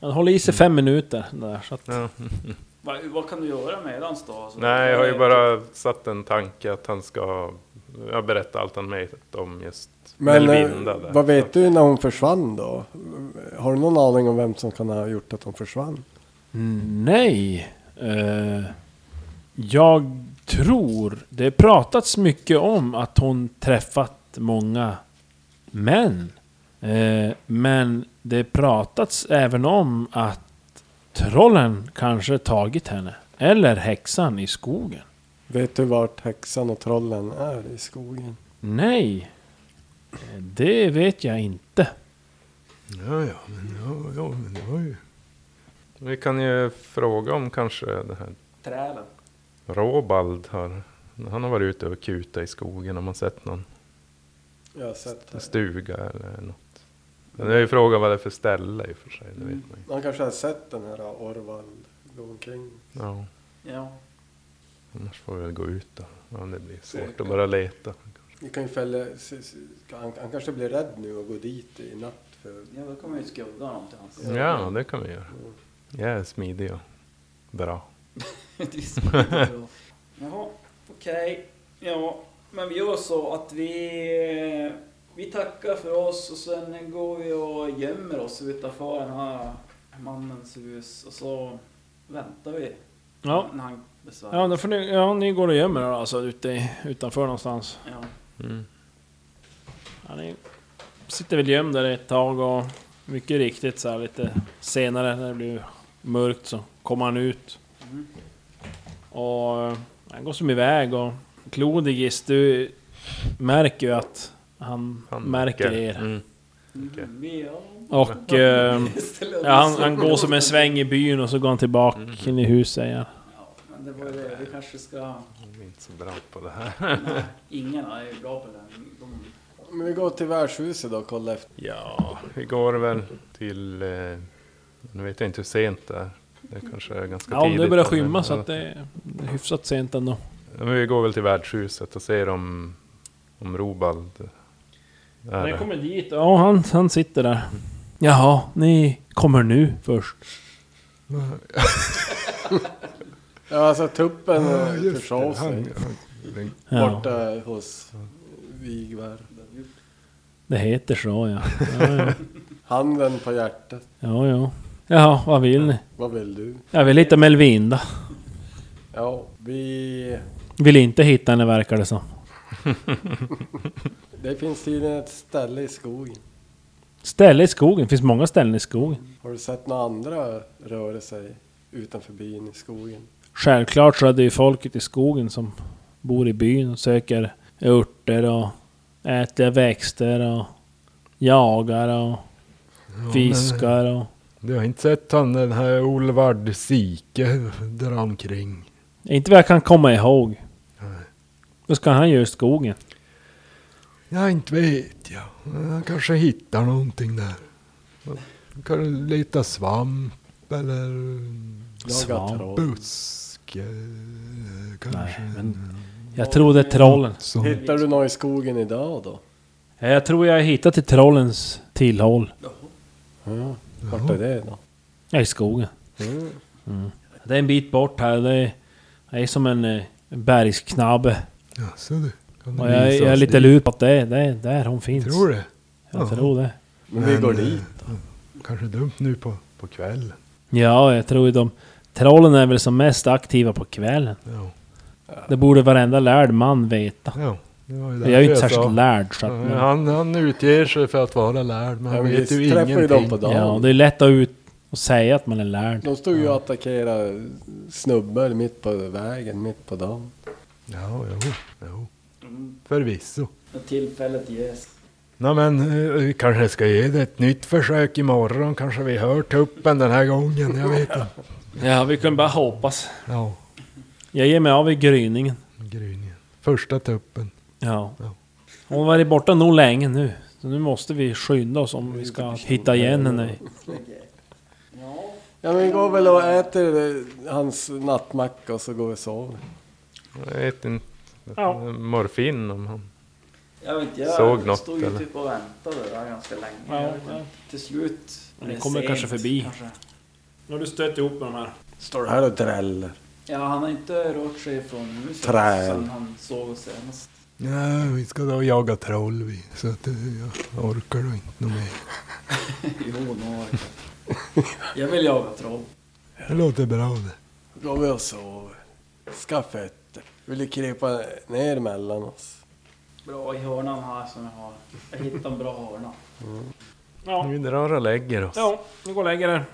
[SPEAKER 3] Han håller i sig fem
[SPEAKER 5] Mm.
[SPEAKER 3] minuter där. Så att,
[SPEAKER 6] Ja.
[SPEAKER 5] Va, vad kan du göra medans då? Alltså,
[SPEAKER 6] Nej, jag har
[SPEAKER 2] Eh,
[SPEAKER 6] ju bara
[SPEAKER 2] typ.
[SPEAKER 6] satt en tanke att han ska jag berätta allt han vet om just
[SPEAKER 2] Men
[SPEAKER 6] Melvinda.
[SPEAKER 2] eh,
[SPEAKER 6] Där.
[SPEAKER 2] vad vet du när hon försvann då? Har du någon aning om vem som kan ha gjort att hon försvann?
[SPEAKER 3] Nej. Eh, jag tror det pratats mycket om att hon träffat många män. Eh, men det pratats även om att trollen kanske tagit henne. Eller häxan i skogen.
[SPEAKER 2] Vet du vart häxan och trollen är i skogen?
[SPEAKER 3] Nej. eh, Det vet jag inte.
[SPEAKER 4] Ja, ja, men, ja, ja, men det var ju...
[SPEAKER 6] Vi kan ju fråga om kanske det här
[SPEAKER 5] Träden.
[SPEAKER 6] Robald har, han har varit ute och kutat i skogen om man sett någon
[SPEAKER 2] Jag har sett
[SPEAKER 6] stuga eller något. Men det är ju frågan vad det är för ställe i och för sig, det vet man ju.
[SPEAKER 2] Man kanske har sett den här Orvald gå omkring.
[SPEAKER 6] Ja,
[SPEAKER 5] Ja.
[SPEAKER 6] annars får vi väl gå ut då, om det blir svårt att bara leta.
[SPEAKER 2] Vi kan ju fälla, se- se- han, han kanske blir rädd nu och går dit i natt. För,
[SPEAKER 5] Ja, då kommer vi skudda honom till hans
[SPEAKER 6] Ja, det kan vi göra. Jag är smidig och bra.
[SPEAKER 5] (laughs) Det är smidigt bra. Jaha, okej. Ja, men vi gör så att vi, vi tackar för oss och sen går vi och gömmer oss utanför den här mannens hus och så väntar vi
[SPEAKER 3] Ja,
[SPEAKER 5] när han besvärar.
[SPEAKER 3] ja, då får ni, ja ni går och gömmer er alltså ute, i- utanför någonstans.
[SPEAKER 5] Ja.
[SPEAKER 6] Mm.
[SPEAKER 3] Han är, sitter väl gömd där ett tag och mycket riktigt så här lite senare när det blir mörkt så kommer han ut.
[SPEAKER 5] Mm.
[SPEAKER 3] Och eh, han går som iväg och Klodigis, du märker ju att han, märker er.
[SPEAKER 6] Mm. Okej.
[SPEAKER 5] Mm, vi, ja.
[SPEAKER 3] Och eh,
[SPEAKER 5] Ställer oss
[SPEAKER 3] ja, han,
[SPEAKER 5] upp.
[SPEAKER 3] han går som en sväng i byn och så går han tillbaka in i huset igen.
[SPEAKER 5] Ja, men det var ju det. Vi kanske ska...
[SPEAKER 6] Jag är inte så bra på det här.
[SPEAKER 5] Nej, ingen är ju bra på det. här. De,
[SPEAKER 2] men vi går till värdshuset då och kollar efter.
[SPEAKER 6] Ja, vi går väl till... Eh, nu vet jag inte hur sent det är. Det kanske är ganska
[SPEAKER 3] Ja,
[SPEAKER 6] tidigt.
[SPEAKER 3] det börjar
[SPEAKER 6] eller-
[SPEAKER 3] skymma så att det är hyfsat sent ändå.
[SPEAKER 6] Ja, men vi går väl till värdshuset och ser om, om Robald är
[SPEAKER 3] Han
[SPEAKER 6] där.
[SPEAKER 3] kommer dit, ja han, han sitter där. Jaha, ni kommer nu först.
[SPEAKER 2] Ja, alltså tuppen
[SPEAKER 4] Ja,
[SPEAKER 2] eh,
[SPEAKER 4] just
[SPEAKER 2] försov
[SPEAKER 4] det, han-
[SPEAKER 2] sig
[SPEAKER 4] han- den-
[SPEAKER 3] Ja.
[SPEAKER 2] borta hos Vigvär.
[SPEAKER 3] Det heter så ja. Ja, ja.
[SPEAKER 2] Handen på hjärtat.
[SPEAKER 3] ja, ja. Jaha, vad vill ni?
[SPEAKER 2] Vad vill du?
[SPEAKER 3] Jag vill hitta Melvinda.
[SPEAKER 2] Ja, vi...
[SPEAKER 3] Vill inte hitta henne verkar det som.
[SPEAKER 2] Det finns tydligen ett ställe i skogen.
[SPEAKER 3] Ställe i skogen. Det finns många ställen i skogen.
[SPEAKER 2] Har du sett några andra röra sig utanför byn i skogen?
[SPEAKER 3] Självklart så är det ju folket i skogen som bor i byn och söker örter och ätliga växter och jagar och
[SPEAKER 4] men-
[SPEAKER 3] fiskar och...
[SPEAKER 4] Du har inte sett han den här Olvard Sike där omkring?
[SPEAKER 3] Inte vad jag kan komma ihåg. Vad ska han göra i skogen?
[SPEAKER 4] Ja, inte vet jag. Men Han kanske hittar någonting där. Han kan leta svamp eller
[SPEAKER 2] Jaga
[SPEAKER 3] Svamp.
[SPEAKER 2] troll.
[SPEAKER 4] buske. eh,
[SPEAKER 3] Nej,
[SPEAKER 4] Kanske.
[SPEAKER 3] men jag tror det är trollen.
[SPEAKER 4] Som,
[SPEAKER 2] Hittar du något i skogen idag då?
[SPEAKER 3] Ja, Jag tror jag har hittat till trollens tillhåll.
[SPEAKER 2] Ja. Vart är det då?
[SPEAKER 3] Ja, I skogen.
[SPEAKER 2] Mm.
[SPEAKER 3] Det är en bit bort här. Det är, det är som en, eh, en bergsknabbe.
[SPEAKER 4] ja, så du. Kan du
[SPEAKER 3] Och jag,
[SPEAKER 4] visa
[SPEAKER 3] jag är
[SPEAKER 4] oss
[SPEAKER 3] lite
[SPEAKER 4] dit?
[SPEAKER 3] lur på att det är det är där hon finns.
[SPEAKER 4] Tror du?
[SPEAKER 3] Jag
[SPEAKER 4] Ja.
[SPEAKER 3] tror det.
[SPEAKER 2] Men vi
[SPEAKER 4] Men,
[SPEAKER 2] går
[SPEAKER 4] eh,
[SPEAKER 2] dit.
[SPEAKER 4] Kanske dumt nu på, på kvällen.
[SPEAKER 3] Ja, jag tror ju de... Trollen är väl som mest aktiva på kvällen.
[SPEAKER 4] Ja.
[SPEAKER 3] Det borde varenda lärd man veta.
[SPEAKER 4] ja. Det var ju
[SPEAKER 3] Jag är ju
[SPEAKER 4] därför
[SPEAKER 3] inte
[SPEAKER 4] sa.
[SPEAKER 3] särskilt lärd så att...
[SPEAKER 4] Ja, Han, han utger sig för att vara lärd men
[SPEAKER 2] Ja,
[SPEAKER 4] han
[SPEAKER 2] men
[SPEAKER 4] vet
[SPEAKER 2] vi
[SPEAKER 4] ju
[SPEAKER 2] träffar ju dem på
[SPEAKER 4] ingenting.
[SPEAKER 2] dagen.
[SPEAKER 3] Ja, det är lätt att ut och säga att man är lärd.
[SPEAKER 2] De stod ju och attackerade snubbar mitt på vägen, mitt på dagen.
[SPEAKER 4] Ja, jo, jo. Mm. Förvisso.
[SPEAKER 5] När tillfället ges.
[SPEAKER 4] Nej men eh, vi kanske ska ge det ett nytt försök imorgon. Kanske vi hör tuppen den här gången. Jag vet inte.
[SPEAKER 3] Ja, vi kunde bara hoppas.
[SPEAKER 4] (laughs) Ja,
[SPEAKER 3] Jag ger mig av i gryningen.
[SPEAKER 4] gryningen. Första tuppen.
[SPEAKER 3] Ja.
[SPEAKER 4] Ja.
[SPEAKER 3] Hon har varit borta nog länge nu. Så nu måste vi skynda oss om vi ska hitta igen henne.
[SPEAKER 5] Ja.
[SPEAKER 2] Ja men vi går väl och äter eh, hans nattmacka och så går vi och sover.
[SPEAKER 6] Jag vet inte.
[SPEAKER 3] Ja.
[SPEAKER 6] Morfin om han...
[SPEAKER 5] Jag vet inte, jag
[SPEAKER 6] Såg något,
[SPEAKER 5] stod ju
[SPEAKER 6] eller?
[SPEAKER 5] typ och väntade där ganska länge.
[SPEAKER 3] Ja,
[SPEAKER 5] Jag vet inte.
[SPEAKER 3] ja.
[SPEAKER 5] Till slut...
[SPEAKER 3] Men
[SPEAKER 5] det
[SPEAKER 3] det kommer
[SPEAKER 5] sent,
[SPEAKER 3] kanske förbi.
[SPEAKER 5] kanske.
[SPEAKER 3] Nu har du stött ihop med de här.
[SPEAKER 2] Står du här och dräller?
[SPEAKER 5] Ja, han har inte rört sig från huset
[SPEAKER 2] Träd.
[SPEAKER 5] sen han såg oss
[SPEAKER 6] (laughs)
[SPEAKER 5] senast.
[SPEAKER 4] Nej, vi ska då jaga troll vi. Så att eh, jag orkar då inte något mer.
[SPEAKER 5] jo, nu har jag Jag vill jaga troll.
[SPEAKER 4] Det låter bra det.
[SPEAKER 2] Går vi och sover. Skaffa ett. Vill du krypa ner mellan oss?
[SPEAKER 5] Bra i hörnan här som jag har. Jag hittade en bra hörna.
[SPEAKER 3] Ja.
[SPEAKER 2] Mm.
[SPEAKER 6] Vi drar och lägger oss.
[SPEAKER 3] Ja, vi går och lägger er.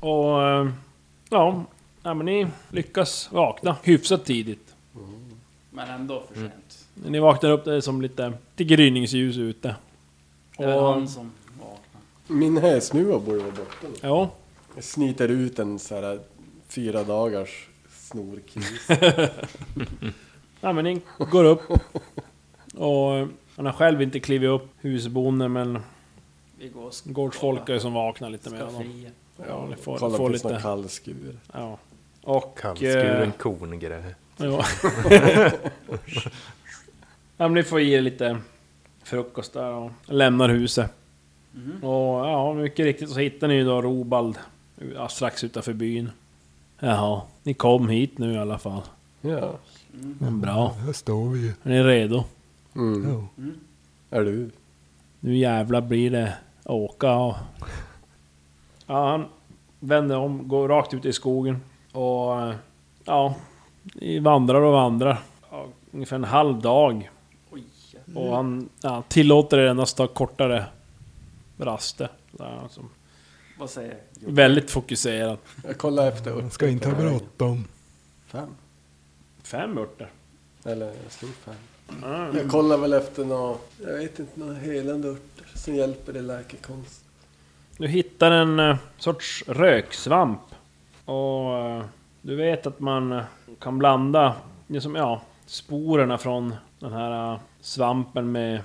[SPEAKER 3] Och... eh, Ja, ja men ni lyckas vakna hyfsat tidigt.
[SPEAKER 5] Men ändå för
[SPEAKER 3] Mm.
[SPEAKER 5] sent.
[SPEAKER 3] Ni vaknar upp, det är som lite, lite gryningsljus ute.
[SPEAKER 5] Det är
[SPEAKER 3] Och-
[SPEAKER 5] han som vaknar.
[SPEAKER 2] Min häsnuva borde vara borta nu.
[SPEAKER 3] Ja.
[SPEAKER 2] Jag sniter ut en så här fyra dagars snorkris.
[SPEAKER 3] Ja men ni går upp. Och eh, han har själv inte klivit upp, husbonden, men
[SPEAKER 5] Vi går och ska
[SPEAKER 3] gårdsfolk är som vaknar lite mer. än dem.
[SPEAKER 5] fria.
[SPEAKER 3] Ja, ni får,
[SPEAKER 2] Kolla
[SPEAKER 3] får
[SPEAKER 2] på lite...
[SPEAKER 3] lite...
[SPEAKER 2] kallskur.
[SPEAKER 3] Ja. Och... eh,
[SPEAKER 6] Kallskuren kongrej.
[SPEAKER 3] Ja. ja men ni får ge er lite frukost där och lämnar huset. Och ja, mycket riktigt så hittar ni ju då Robald ja, strax utanför byn. Jaha, ni kom hit nu i alla fall.
[SPEAKER 2] Ja.
[SPEAKER 3] Men bra,
[SPEAKER 4] Här står vi ju.
[SPEAKER 3] är ni redo?
[SPEAKER 2] Mm.
[SPEAKER 4] Ja.
[SPEAKER 2] Är du?
[SPEAKER 3] Nu jävlar blir det åka och... Ja, han vänder om, går rakt ut i skogen och... eh, Ja, ni vandrar och vandrar. Ja, ungefär en halv dag
[SPEAKER 5] Oj,
[SPEAKER 3] Och han ja, tillåter er endast ta kortare raster. Där, alltså.
[SPEAKER 5] vad säger jag?
[SPEAKER 3] Väldigt fokuserad.
[SPEAKER 2] Jag kollar efter örter.
[SPEAKER 4] Man ska inte ha
[SPEAKER 2] på vägen.
[SPEAKER 4] bråttom.
[SPEAKER 2] Fem.
[SPEAKER 3] Fem örter.
[SPEAKER 2] Eller jag stod fem.
[SPEAKER 5] Ah.
[SPEAKER 2] Jag kollar väl efter några, jag vet inte, några helande örter som hjälper i läkekonst.
[SPEAKER 3] Du hittar en eh, sorts röksvamp. Och eh, du vet att man eh, kan blanda liksom, ja, sporerna från den här eh, svampen med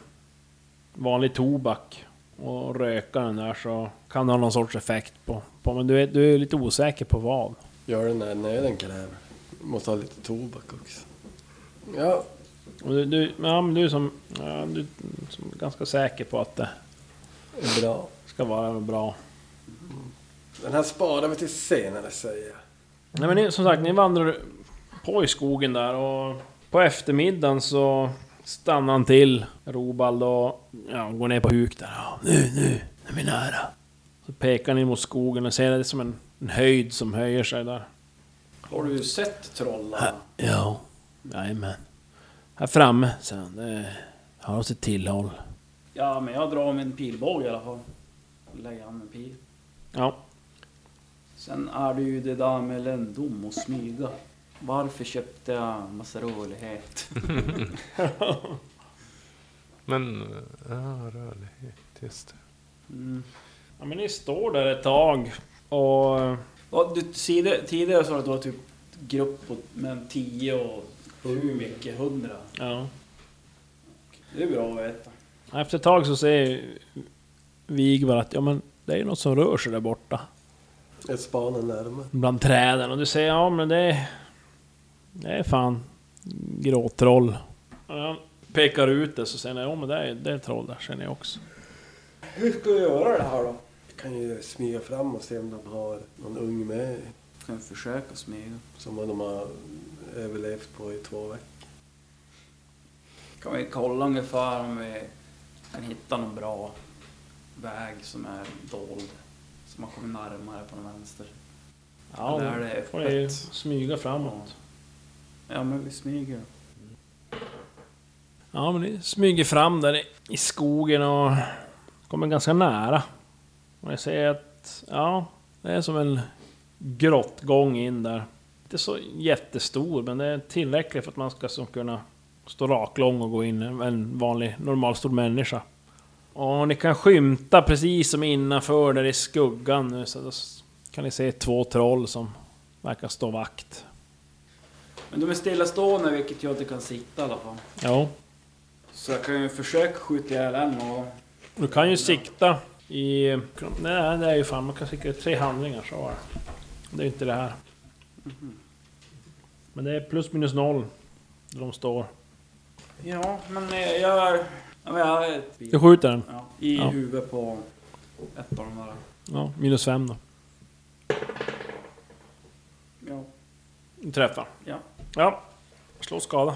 [SPEAKER 3] vanlig tobak och röka den där så kan det ha någon sorts effekt på, på men du är, du är lite osäker på vad.
[SPEAKER 2] Gör den när nöden kräver. Måste ha lite tobak också. Ja,
[SPEAKER 3] Och du, du, ja, men du, är som, ja, du är som ganska säker på att det
[SPEAKER 2] det är bra.
[SPEAKER 3] ska vara bra.
[SPEAKER 2] Den här sparar vi till senare säger jag.
[SPEAKER 3] Nej men ni, som sagt, ni vandrar på i skogen där och på eftermiddagen så stannar han till, Robald, och ja, går ner på huk där. Ja, nu, nu, nu är vi nära. Så pekar ni mot skogen och ser det som en, en höjd som höjer sig där.
[SPEAKER 5] Har du sett trollarna?
[SPEAKER 3] Ja, jajamän. Här framme, sen. Det har oss ett tillhåll.
[SPEAKER 5] Ja, men jag drar min pilbåge i alla fall. Och lägger an med pil.
[SPEAKER 3] Ja.
[SPEAKER 5] Sen är det ju det där med ländom och smyga. Varför köpte jag massa rörlighet?
[SPEAKER 6] Men, eh, ja, rörlighet, just det.
[SPEAKER 5] Mm.
[SPEAKER 3] ja, men ni står där ett tag och...
[SPEAKER 5] Och du, tidigare, tidigare sa du att det var typ grupp på- med 10 och hur mycket? 100?
[SPEAKER 3] Ja.
[SPEAKER 5] Det är bra att veta.
[SPEAKER 3] Efter ett tag så ser Vigvar att ja, men det är något som rör sig där borta.
[SPEAKER 2] Ett spanen närmare.
[SPEAKER 3] Bland träden. Och du säger ja men det... är- Det är fan gråtroll. Och när han pekar ut det så säger han ja men det är, det är troll där känner jag också.
[SPEAKER 5] Hur ska vi göra det här då?
[SPEAKER 2] Vi kan ju smyga fram och se om de har någon ung med
[SPEAKER 5] Kan vi försöka smyga?
[SPEAKER 2] som de har överlevt på i två veckor.
[SPEAKER 5] Kan vi kolla ungefär om vi kan hitta någon bra väg som är dold? Så man kommer närmare på den vänster.
[SPEAKER 3] Ja,
[SPEAKER 5] Eller är det
[SPEAKER 3] får ni
[SPEAKER 5] öppet?
[SPEAKER 3] smyga framåt.
[SPEAKER 5] Ja, men vi smyger.
[SPEAKER 3] Ja men ni smyger fram där i- i skogen och kommer ganska nära. Och jag ser att, ja, det är som en grottgång in där. Inte så jättestor, men det är tillräckligt för att man ska som kunna stå raklång och gå in en vanlig, normal stor människa. Och ni kan skymta precis som innanför där i skuggan nu, så då s- kan ni se två troll som verkar stå vakt.
[SPEAKER 5] Men de är stillastående vilket gör att de kan sitta i alla fall.
[SPEAKER 3] Ja,
[SPEAKER 5] Så jag kan ju försöka skjuta ihjäl en och...
[SPEAKER 3] Du kan ju sikta i... Nej, det är ju fan, man kan sikta i tre handlingar, så var det. Det är ju inte det här. Men det är plus minus noll, där de står.
[SPEAKER 5] Ja, men eh, jag... är- Ja, men jag... är-
[SPEAKER 3] Du skjuter den?
[SPEAKER 5] Ja, I
[SPEAKER 3] Ja.
[SPEAKER 5] huvudet på ett av de där.
[SPEAKER 3] Ja, minus fem då.
[SPEAKER 5] Ja.
[SPEAKER 3] Du träffar?
[SPEAKER 5] Ja.
[SPEAKER 3] Ja. Slå skada.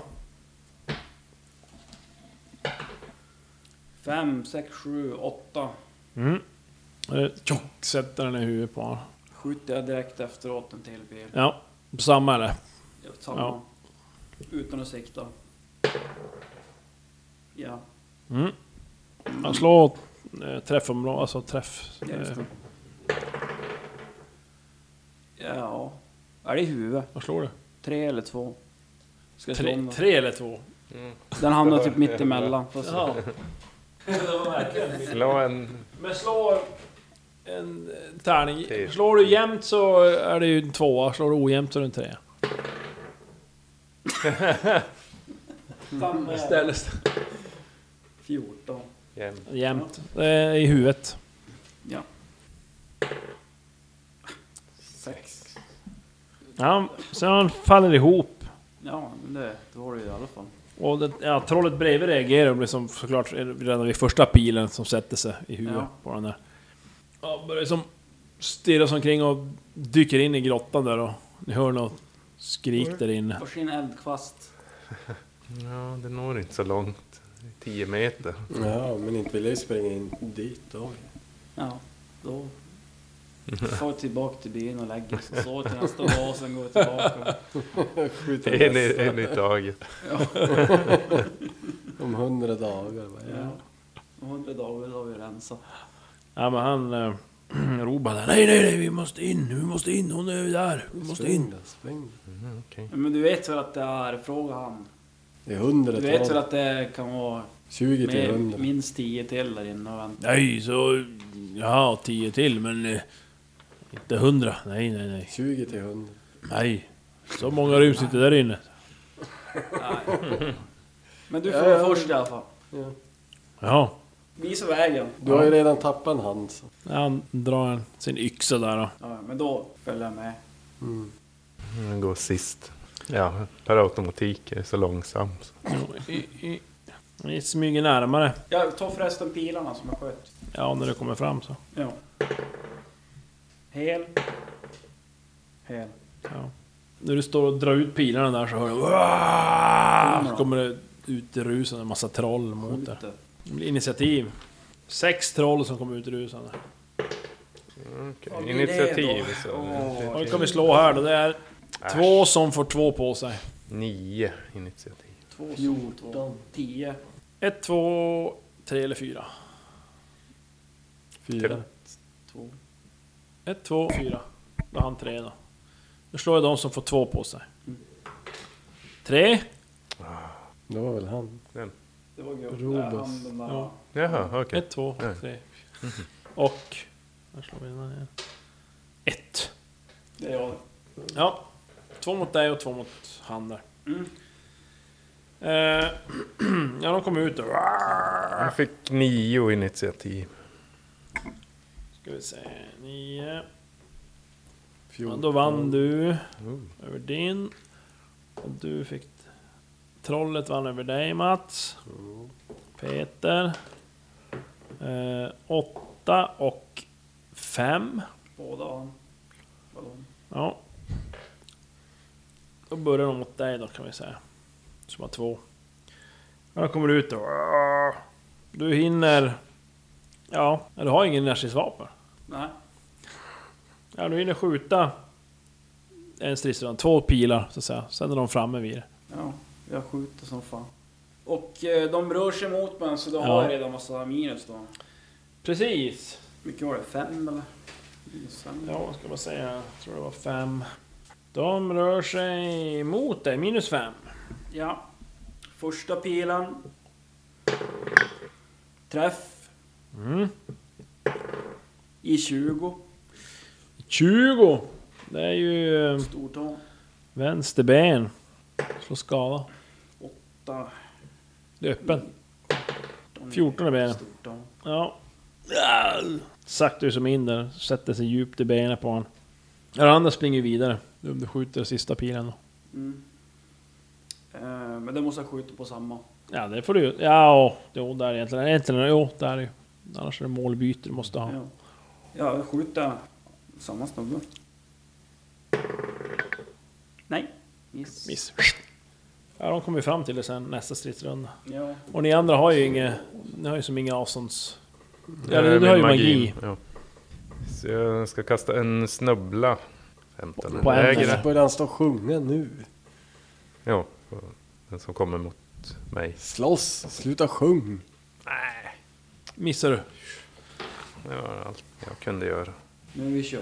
[SPEAKER 5] Fem, sex, sju, åtta.
[SPEAKER 3] Mm. Eh, Tjock, sätter den i huvudet på honom.
[SPEAKER 5] Skjuter jag direkt efteråt en till bil.
[SPEAKER 3] Ja, på samma eller?
[SPEAKER 5] Jag tar
[SPEAKER 3] Ja.
[SPEAKER 5] Utan att sikta. Ja,
[SPEAKER 3] Mm. Ja, slå eh, träffområde, alltså träff...
[SPEAKER 5] ja just
[SPEAKER 3] eh,
[SPEAKER 5] det. Ja. Är det i huvudet?
[SPEAKER 3] Vad slår du?
[SPEAKER 5] Tre eller två? Ska jag slå om
[SPEAKER 3] Tre,
[SPEAKER 5] den?
[SPEAKER 3] tre eller två?
[SPEAKER 5] Den hamnar typ mitt emellan. Fast...
[SPEAKER 3] Ja. det var verkligen...
[SPEAKER 6] La en...
[SPEAKER 3] Men slå en eh, tärning.
[SPEAKER 6] Till.
[SPEAKER 3] Slår du jämnt så är det ju en tvåa, slår du ojämnt så är det en trea.
[SPEAKER 5] Samma ställe.
[SPEAKER 3] Istället
[SPEAKER 5] 14.
[SPEAKER 6] jämn.
[SPEAKER 3] jämnt. Det är i huvudet.
[SPEAKER 5] Ja. Sex.
[SPEAKER 3] Ja, sen han faller ihop.
[SPEAKER 5] Ja, men det, det var det ju i alla fall.
[SPEAKER 3] Och det, ja, trollet bredvid reagerar och blir som såklart redan vid första pilen som sätter sig i huvudet
[SPEAKER 5] Ja.
[SPEAKER 3] på den där. Ja, börjar som stirra sig omkring och dyker in i grottan där och ni hör något skrik där inne.
[SPEAKER 5] Varsin eldkvast.
[SPEAKER 6] Ja, det når inte så långt. 10 (laughs) meter.
[SPEAKER 2] Ja, men inte vill jag ju springa in dit då.
[SPEAKER 5] Ja, då... Far tillbaka till byn och lägger oss och sover till nästa dag och sen går vi tillbaka.
[SPEAKER 2] Skjuter
[SPEAKER 6] En i,
[SPEAKER 2] nästa
[SPEAKER 6] en i taget.
[SPEAKER 2] om hundra dagar. Bara, ja.
[SPEAKER 5] Ja. Om hundra dagar har vi rensat.
[SPEAKER 3] Ja men han... Eh, (clears throat) Roban där, nej nej nej vi måste in, vi måste in, hon är där, vi måste in.
[SPEAKER 2] Spring då, spring då.
[SPEAKER 6] Mm, okej.
[SPEAKER 5] Ja, Men du vet väl att det är, fråga han.
[SPEAKER 2] Det är hundra
[SPEAKER 5] Du vet väl
[SPEAKER 2] tal.
[SPEAKER 5] att det kan vara
[SPEAKER 2] 20 till
[SPEAKER 5] med
[SPEAKER 2] 100.
[SPEAKER 5] minst tio till där inne och vänta.
[SPEAKER 3] Nej, så... Ja, tio till, men... eh, Inte hundra. Nej, nej, nej.
[SPEAKER 2] 20 till 100.
[SPEAKER 3] Nej. Så många ryms inte där inne.
[SPEAKER 5] Men du får
[SPEAKER 2] Ja, ja.
[SPEAKER 5] först i alla fall.
[SPEAKER 3] Ja.
[SPEAKER 5] Visa vägen.
[SPEAKER 2] Du har ju redan tappat en hand. Så.
[SPEAKER 3] Han drar en- sin yxa där då.
[SPEAKER 5] Ja, men då följer jag med.
[SPEAKER 2] Mm.
[SPEAKER 6] Den går sist. Ja, per automatik är det så långsam. Så.
[SPEAKER 3] Ni smyger närmare.
[SPEAKER 5] Jag tar förresten pilarna som jag sköt.
[SPEAKER 3] Ja, när du kommer fram så.
[SPEAKER 5] Ja. Hel. Hel.
[SPEAKER 3] Ja. När du står och drar ut pilarna där så hör du... "Wah!" Så kommer det ut rusande en massa troll mot dig.
[SPEAKER 5] Skjuter.
[SPEAKER 3] Det blir initiativ. Sex troll som kommer ut rusande.
[SPEAKER 6] Okej,
[SPEAKER 5] Ja, det är det
[SPEAKER 6] Initiativ.
[SPEAKER 5] då.
[SPEAKER 6] Så.
[SPEAKER 5] Åh.
[SPEAKER 3] Och nu kan vi slå här då. Det är Två som får två på sig.
[SPEAKER 6] Nio initiativ.
[SPEAKER 5] 2, 14, 10.
[SPEAKER 3] Ett, två, tre eller fyra.
[SPEAKER 2] Fyra.
[SPEAKER 5] 2.
[SPEAKER 3] Ett, två, fyra. Då har han tre då. Då slår jag de som får två på sig. Tre.
[SPEAKER 2] Det var väl han.
[SPEAKER 5] Det var gött.
[SPEAKER 2] Robus.
[SPEAKER 5] Där, han, den där.
[SPEAKER 3] Ja.
[SPEAKER 6] Jaha, okej.
[SPEAKER 3] Ett, två,
[SPEAKER 6] Nej.
[SPEAKER 3] tre. Och... Där slår vi den här igen. Ett.
[SPEAKER 5] Det är jag.
[SPEAKER 3] Ja. Två mot dig och två mot han där.
[SPEAKER 5] Mm.
[SPEAKER 3] Eh, (clears throat) ja, de kommer ut och...
[SPEAKER 6] Han fick nio initiativ.
[SPEAKER 3] Ska vi se. Nio. Ja,
[SPEAKER 2] Fjorton.
[SPEAKER 3] då vann du över din. Och du fick... Trollet vann över dig Mats. Peter. Eh, åtta och fem.
[SPEAKER 5] Båda han. Ballong.
[SPEAKER 3] Ja. Då börjar de mot dig då kan vi säga. Som har två. Ja, Då kommer du ut då. Du hinner... Ja, du har ingen närstridsvapen.
[SPEAKER 5] Nej.
[SPEAKER 3] Ja, du hinner skjuta en stridsrunda, två pilar så att säga. Sen är de framme vid det.
[SPEAKER 5] Ja, jag skjuter som fan. Och eh, de rör sig mot mig så då
[SPEAKER 3] Ja.
[SPEAKER 5] har jag redan massa minus då.
[SPEAKER 3] Precis!
[SPEAKER 5] mycket var det? Fem eller? Minus fem?
[SPEAKER 3] Ja, vad ska man säga? Jag tror det var fem. De rör sig mot dig, minus fem.
[SPEAKER 5] Ja. Första pilen. Träff.
[SPEAKER 3] Mm.
[SPEAKER 5] I 20.
[SPEAKER 3] 20! Det är ju eh,
[SPEAKER 5] Stortån.
[SPEAKER 3] vänsterben. Slå skada.
[SPEAKER 5] Där.
[SPEAKER 3] Det är öppen.
[SPEAKER 5] De är
[SPEAKER 3] 14 i benen.
[SPEAKER 5] Stortån.
[SPEAKER 3] Ja. Saktar ju som in där, sätter sig djupt i benen på honom. Den andra springer ju vidare. Om du skjuter sista pilen då.
[SPEAKER 5] Mm. Eh, men det måste jag skjuta på samma.
[SPEAKER 3] Ja, det får du ju. Ja, åh, jo, där egentligen. Egentligen, jo, där är ju. Annars är det målbyte du måste ha.
[SPEAKER 5] Ja. ja, jag skjuter samma snubbe. Nej. Miss.
[SPEAKER 3] Miss. Ja, de kommer ju fram till det sen, nästa stridsrunda.
[SPEAKER 5] Ja.
[SPEAKER 3] Och ni andra har ju inget... Ni har ju som inga avstånds... Ja,
[SPEAKER 6] Eh,
[SPEAKER 3] du
[SPEAKER 6] min
[SPEAKER 3] har ju magi.
[SPEAKER 6] Ja. Så jag ska kasta en snubbla. 15
[SPEAKER 3] På en
[SPEAKER 6] lägre.
[SPEAKER 3] häst.
[SPEAKER 2] Började Alltså, han stå och sjunga nu?
[SPEAKER 6] Ja, på den som kommer mot mig.
[SPEAKER 2] Slåss! Sluta sjung!
[SPEAKER 3] Missar du.
[SPEAKER 6] Det var allt jag
[SPEAKER 3] (laughs)
[SPEAKER 6] kunde göra.
[SPEAKER 5] Nu vi kör.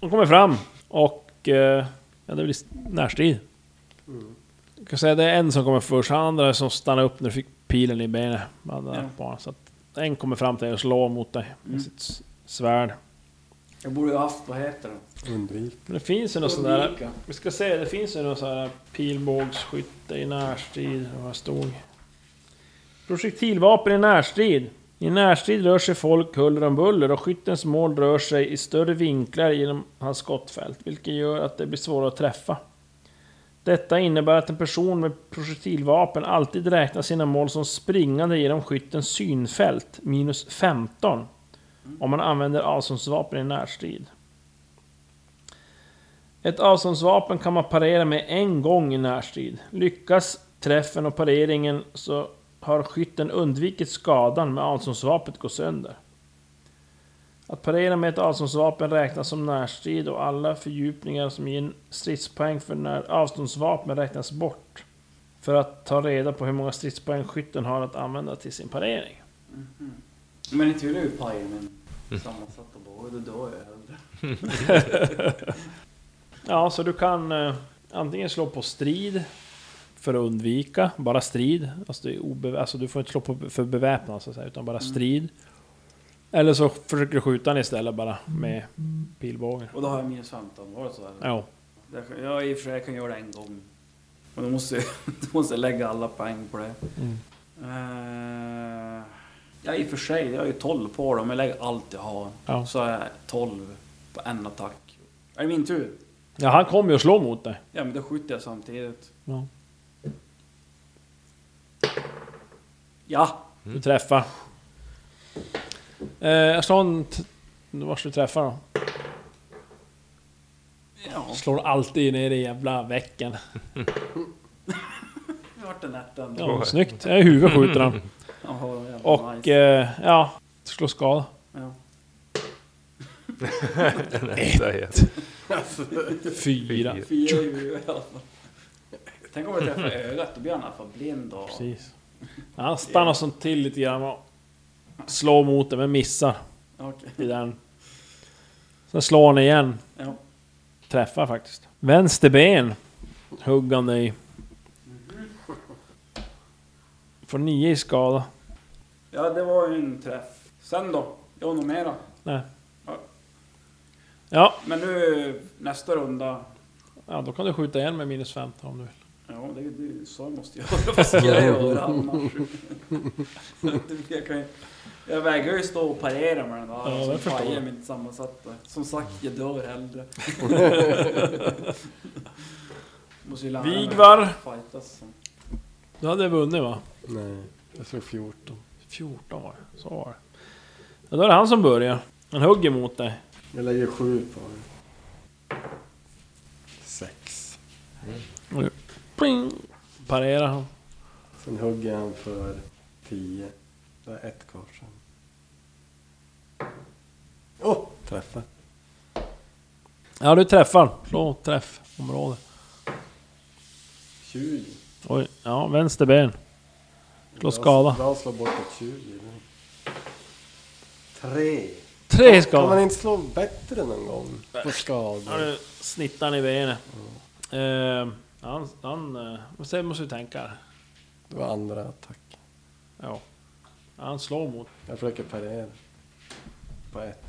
[SPEAKER 3] De kommer fram och... eh, Ja, det blir närstrid.
[SPEAKER 5] Mm.
[SPEAKER 3] Jag kan säga det är en som kommer först, han andra som stannar upp när du fick pilen i benet. Han där
[SPEAKER 5] Ja.
[SPEAKER 3] barn. Så att en kommer fram till dig och slår mot dig med
[SPEAKER 5] Mm.
[SPEAKER 3] sitt s- svärd.
[SPEAKER 5] Jag borde ju haft, vad heter den?
[SPEAKER 2] Undvik.
[SPEAKER 3] Men det finns ju något sånt där...
[SPEAKER 5] Ulrika.
[SPEAKER 3] Vi ska se, det finns ju någon sån här pilbågsskytte i närstrid. och Vad stod? Projektilvapen i närstrid. I närstrid rör sig folk huller om buller och skyttens mål rör sig i större vinklar genom hans skottfält, vilket gör att det blir svårare att träffa. Detta innebär att en person med projektilvapen alltid räknar sina mål som springande genom skyttens synfält, minus 15, om man använder avståndsvapen i närstrid. Ett avståndsvapen kan man parera med en gång i närstrid. Lyckas träffen och pareringen så har skytten undvikit skadan med avståndsvapnet går sönder. Att parera med ett avståndsvapen räknas som närstrid och alla fördjupningar som ger en stridspoäng för när avståndsvapen räknas bort. För att ta reda på hur många stridspoäng skytten har att använda till sin parering.
[SPEAKER 5] Men inte vill jag ju paja min sammansatta båge, då dör jag hellre.
[SPEAKER 3] Ja, så du kan eh, antingen slå på strid för att undvika, bara strid. Alltså, det är obe- alltså du får inte slå på för beväpnad så att säga, utan bara strid. Eller så försöker du skjuta den istället bara med pilbågen.
[SPEAKER 5] Och då har jag minus 15, var det så? Eller?
[SPEAKER 3] Ja.
[SPEAKER 5] Jag kan- Ja, i och för sig jag kan göra det en gång. Men då måste jag, (laughs) då måste jag lägga alla poäng på det.
[SPEAKER 3] Mm.
[SPEAKER 5] Eh, ja, i och för sig, jag har ju 12 på dem, jag lägger allt jag har.
[SPEAKER 3] Ja.
[SPEAKER 5] Så har jag 12 på en attack. Är det min tur?
[SPEAKER 3] ja, han kommer ju att slå mot dig.
[SPEAKER 5] Ja, men då skjuter jag samtidigt.
[SPEAKER 3] Ja.
[SPEAKER 5] Ja!
[SPEAKER 3] Du träffar. Eh, jag slår en... T- var ska du träffa då?
[SPEAKER 5] Ja,
[SPEAKER 3] Slår alltid ner i jävla väcken.
[SPEAKER 5] nu vart det nätt ändå.
[SPEAKER 3] Ja, snyggt. I huvudet skjuter han.
[SPEAKER 5] Jaha, jävla
[SPEAKER 3] Och
[SPEAKER 5] nice.
[SPEAKER 3] eh, ja, slår skada.
[SPEAKER 5] ja.
[SPEAKER 6] Ett.
[SPEAKER 3] Fyra.
[SPEAKER 6] Fyra.
[SPEAKER 5] Fyra är ju
[SPEAKER 3] (laughs)
[SPEAKER 5] i alla fall. Tänk om jag träffar ögat, då blir han i alla fall blind och...
[SPEAKER 3] Precis. Ja, Han stannar som till lite grann och slår mot den men missar
[SPEAKER 5] Okej.
[SPEAKER 3] i den. Sen slår han igen.
[SPEAKER 5] Ja.
[SPEAKER 3] Träffar faktiskt. Vänster ben. Hugg han dig. Får nio i skada.
[SPEAKER 5] ja, det var ju en träff. Sen då? Jag något mera.
[SPEAKER 3] Nej.
[SPEAKER 5] Ja.
[SPEAKER 3] Ja,
[SPEAKER 5] Men nu nästa runda.
[SPEAKER 3] ja, då kan du skjuta igen med minus 15 om du vill.
[SPEAKER 5] Ja, det, det, så måste jag göra. Vad ska jag göra annars? jag, kan, ju- jag vägrar ju stå och parera med den där.
[SPEAKER 3] det
[SPEAKER 5] som
[SPEAKER 3] förstår
[SPEAKER 5] pajar
[SPEAKER 3] jag.
[SPEAKER 5] mitt sammansatta. Som sagt, jag dör (laughs) hellre. måste ju lära mig
[SPEAKER 3] Vigvar.
[SPEAKER 5] att Fightas som.
[SPEAKER 3] Du hade vunnit va?
[SPEAKER 2] Nej, jag slog 14.
[SPEAKER 3] 14 var det. Så var det. Ja, då är det han som börjar. Han hugger mot dig.
[SPEAKER 2] Jag lägger 7 på det. 6.
[SPEAKER 3] Pling! Parerar han.
[SPEAKER 2] Sen hugger han för 10. Det är ett kvar sen. Åh! Oh, träffar.
[SPEAKER 3] Ja, du träffar. Slå träffområde.
[SPEAKER 2] 20.
[SPEAKER 3] Oj, ja, vänster ben. Slå skada.
[SPEAKER 2] Jag slår bort ett 20. men- Tre.
[SPEAKER 3] Tre
[SPEAKER 2] Kan man
[SPEAKER 3] skador.
[SPEAKER 2] inte slå bättre någon gång? På
[SPEAKER 3] Ja,
[SPEAKER 2] skador.
[SPEAKER 3] du snittar han i benet. Eh, han... han eh, sen måste du tänka här.
[SPEAKER 2] Det var andra attack.
[SPEAKER 3] Ja. Han slår mot...
[SPEAKER 2] Jag försöker parera. På ett.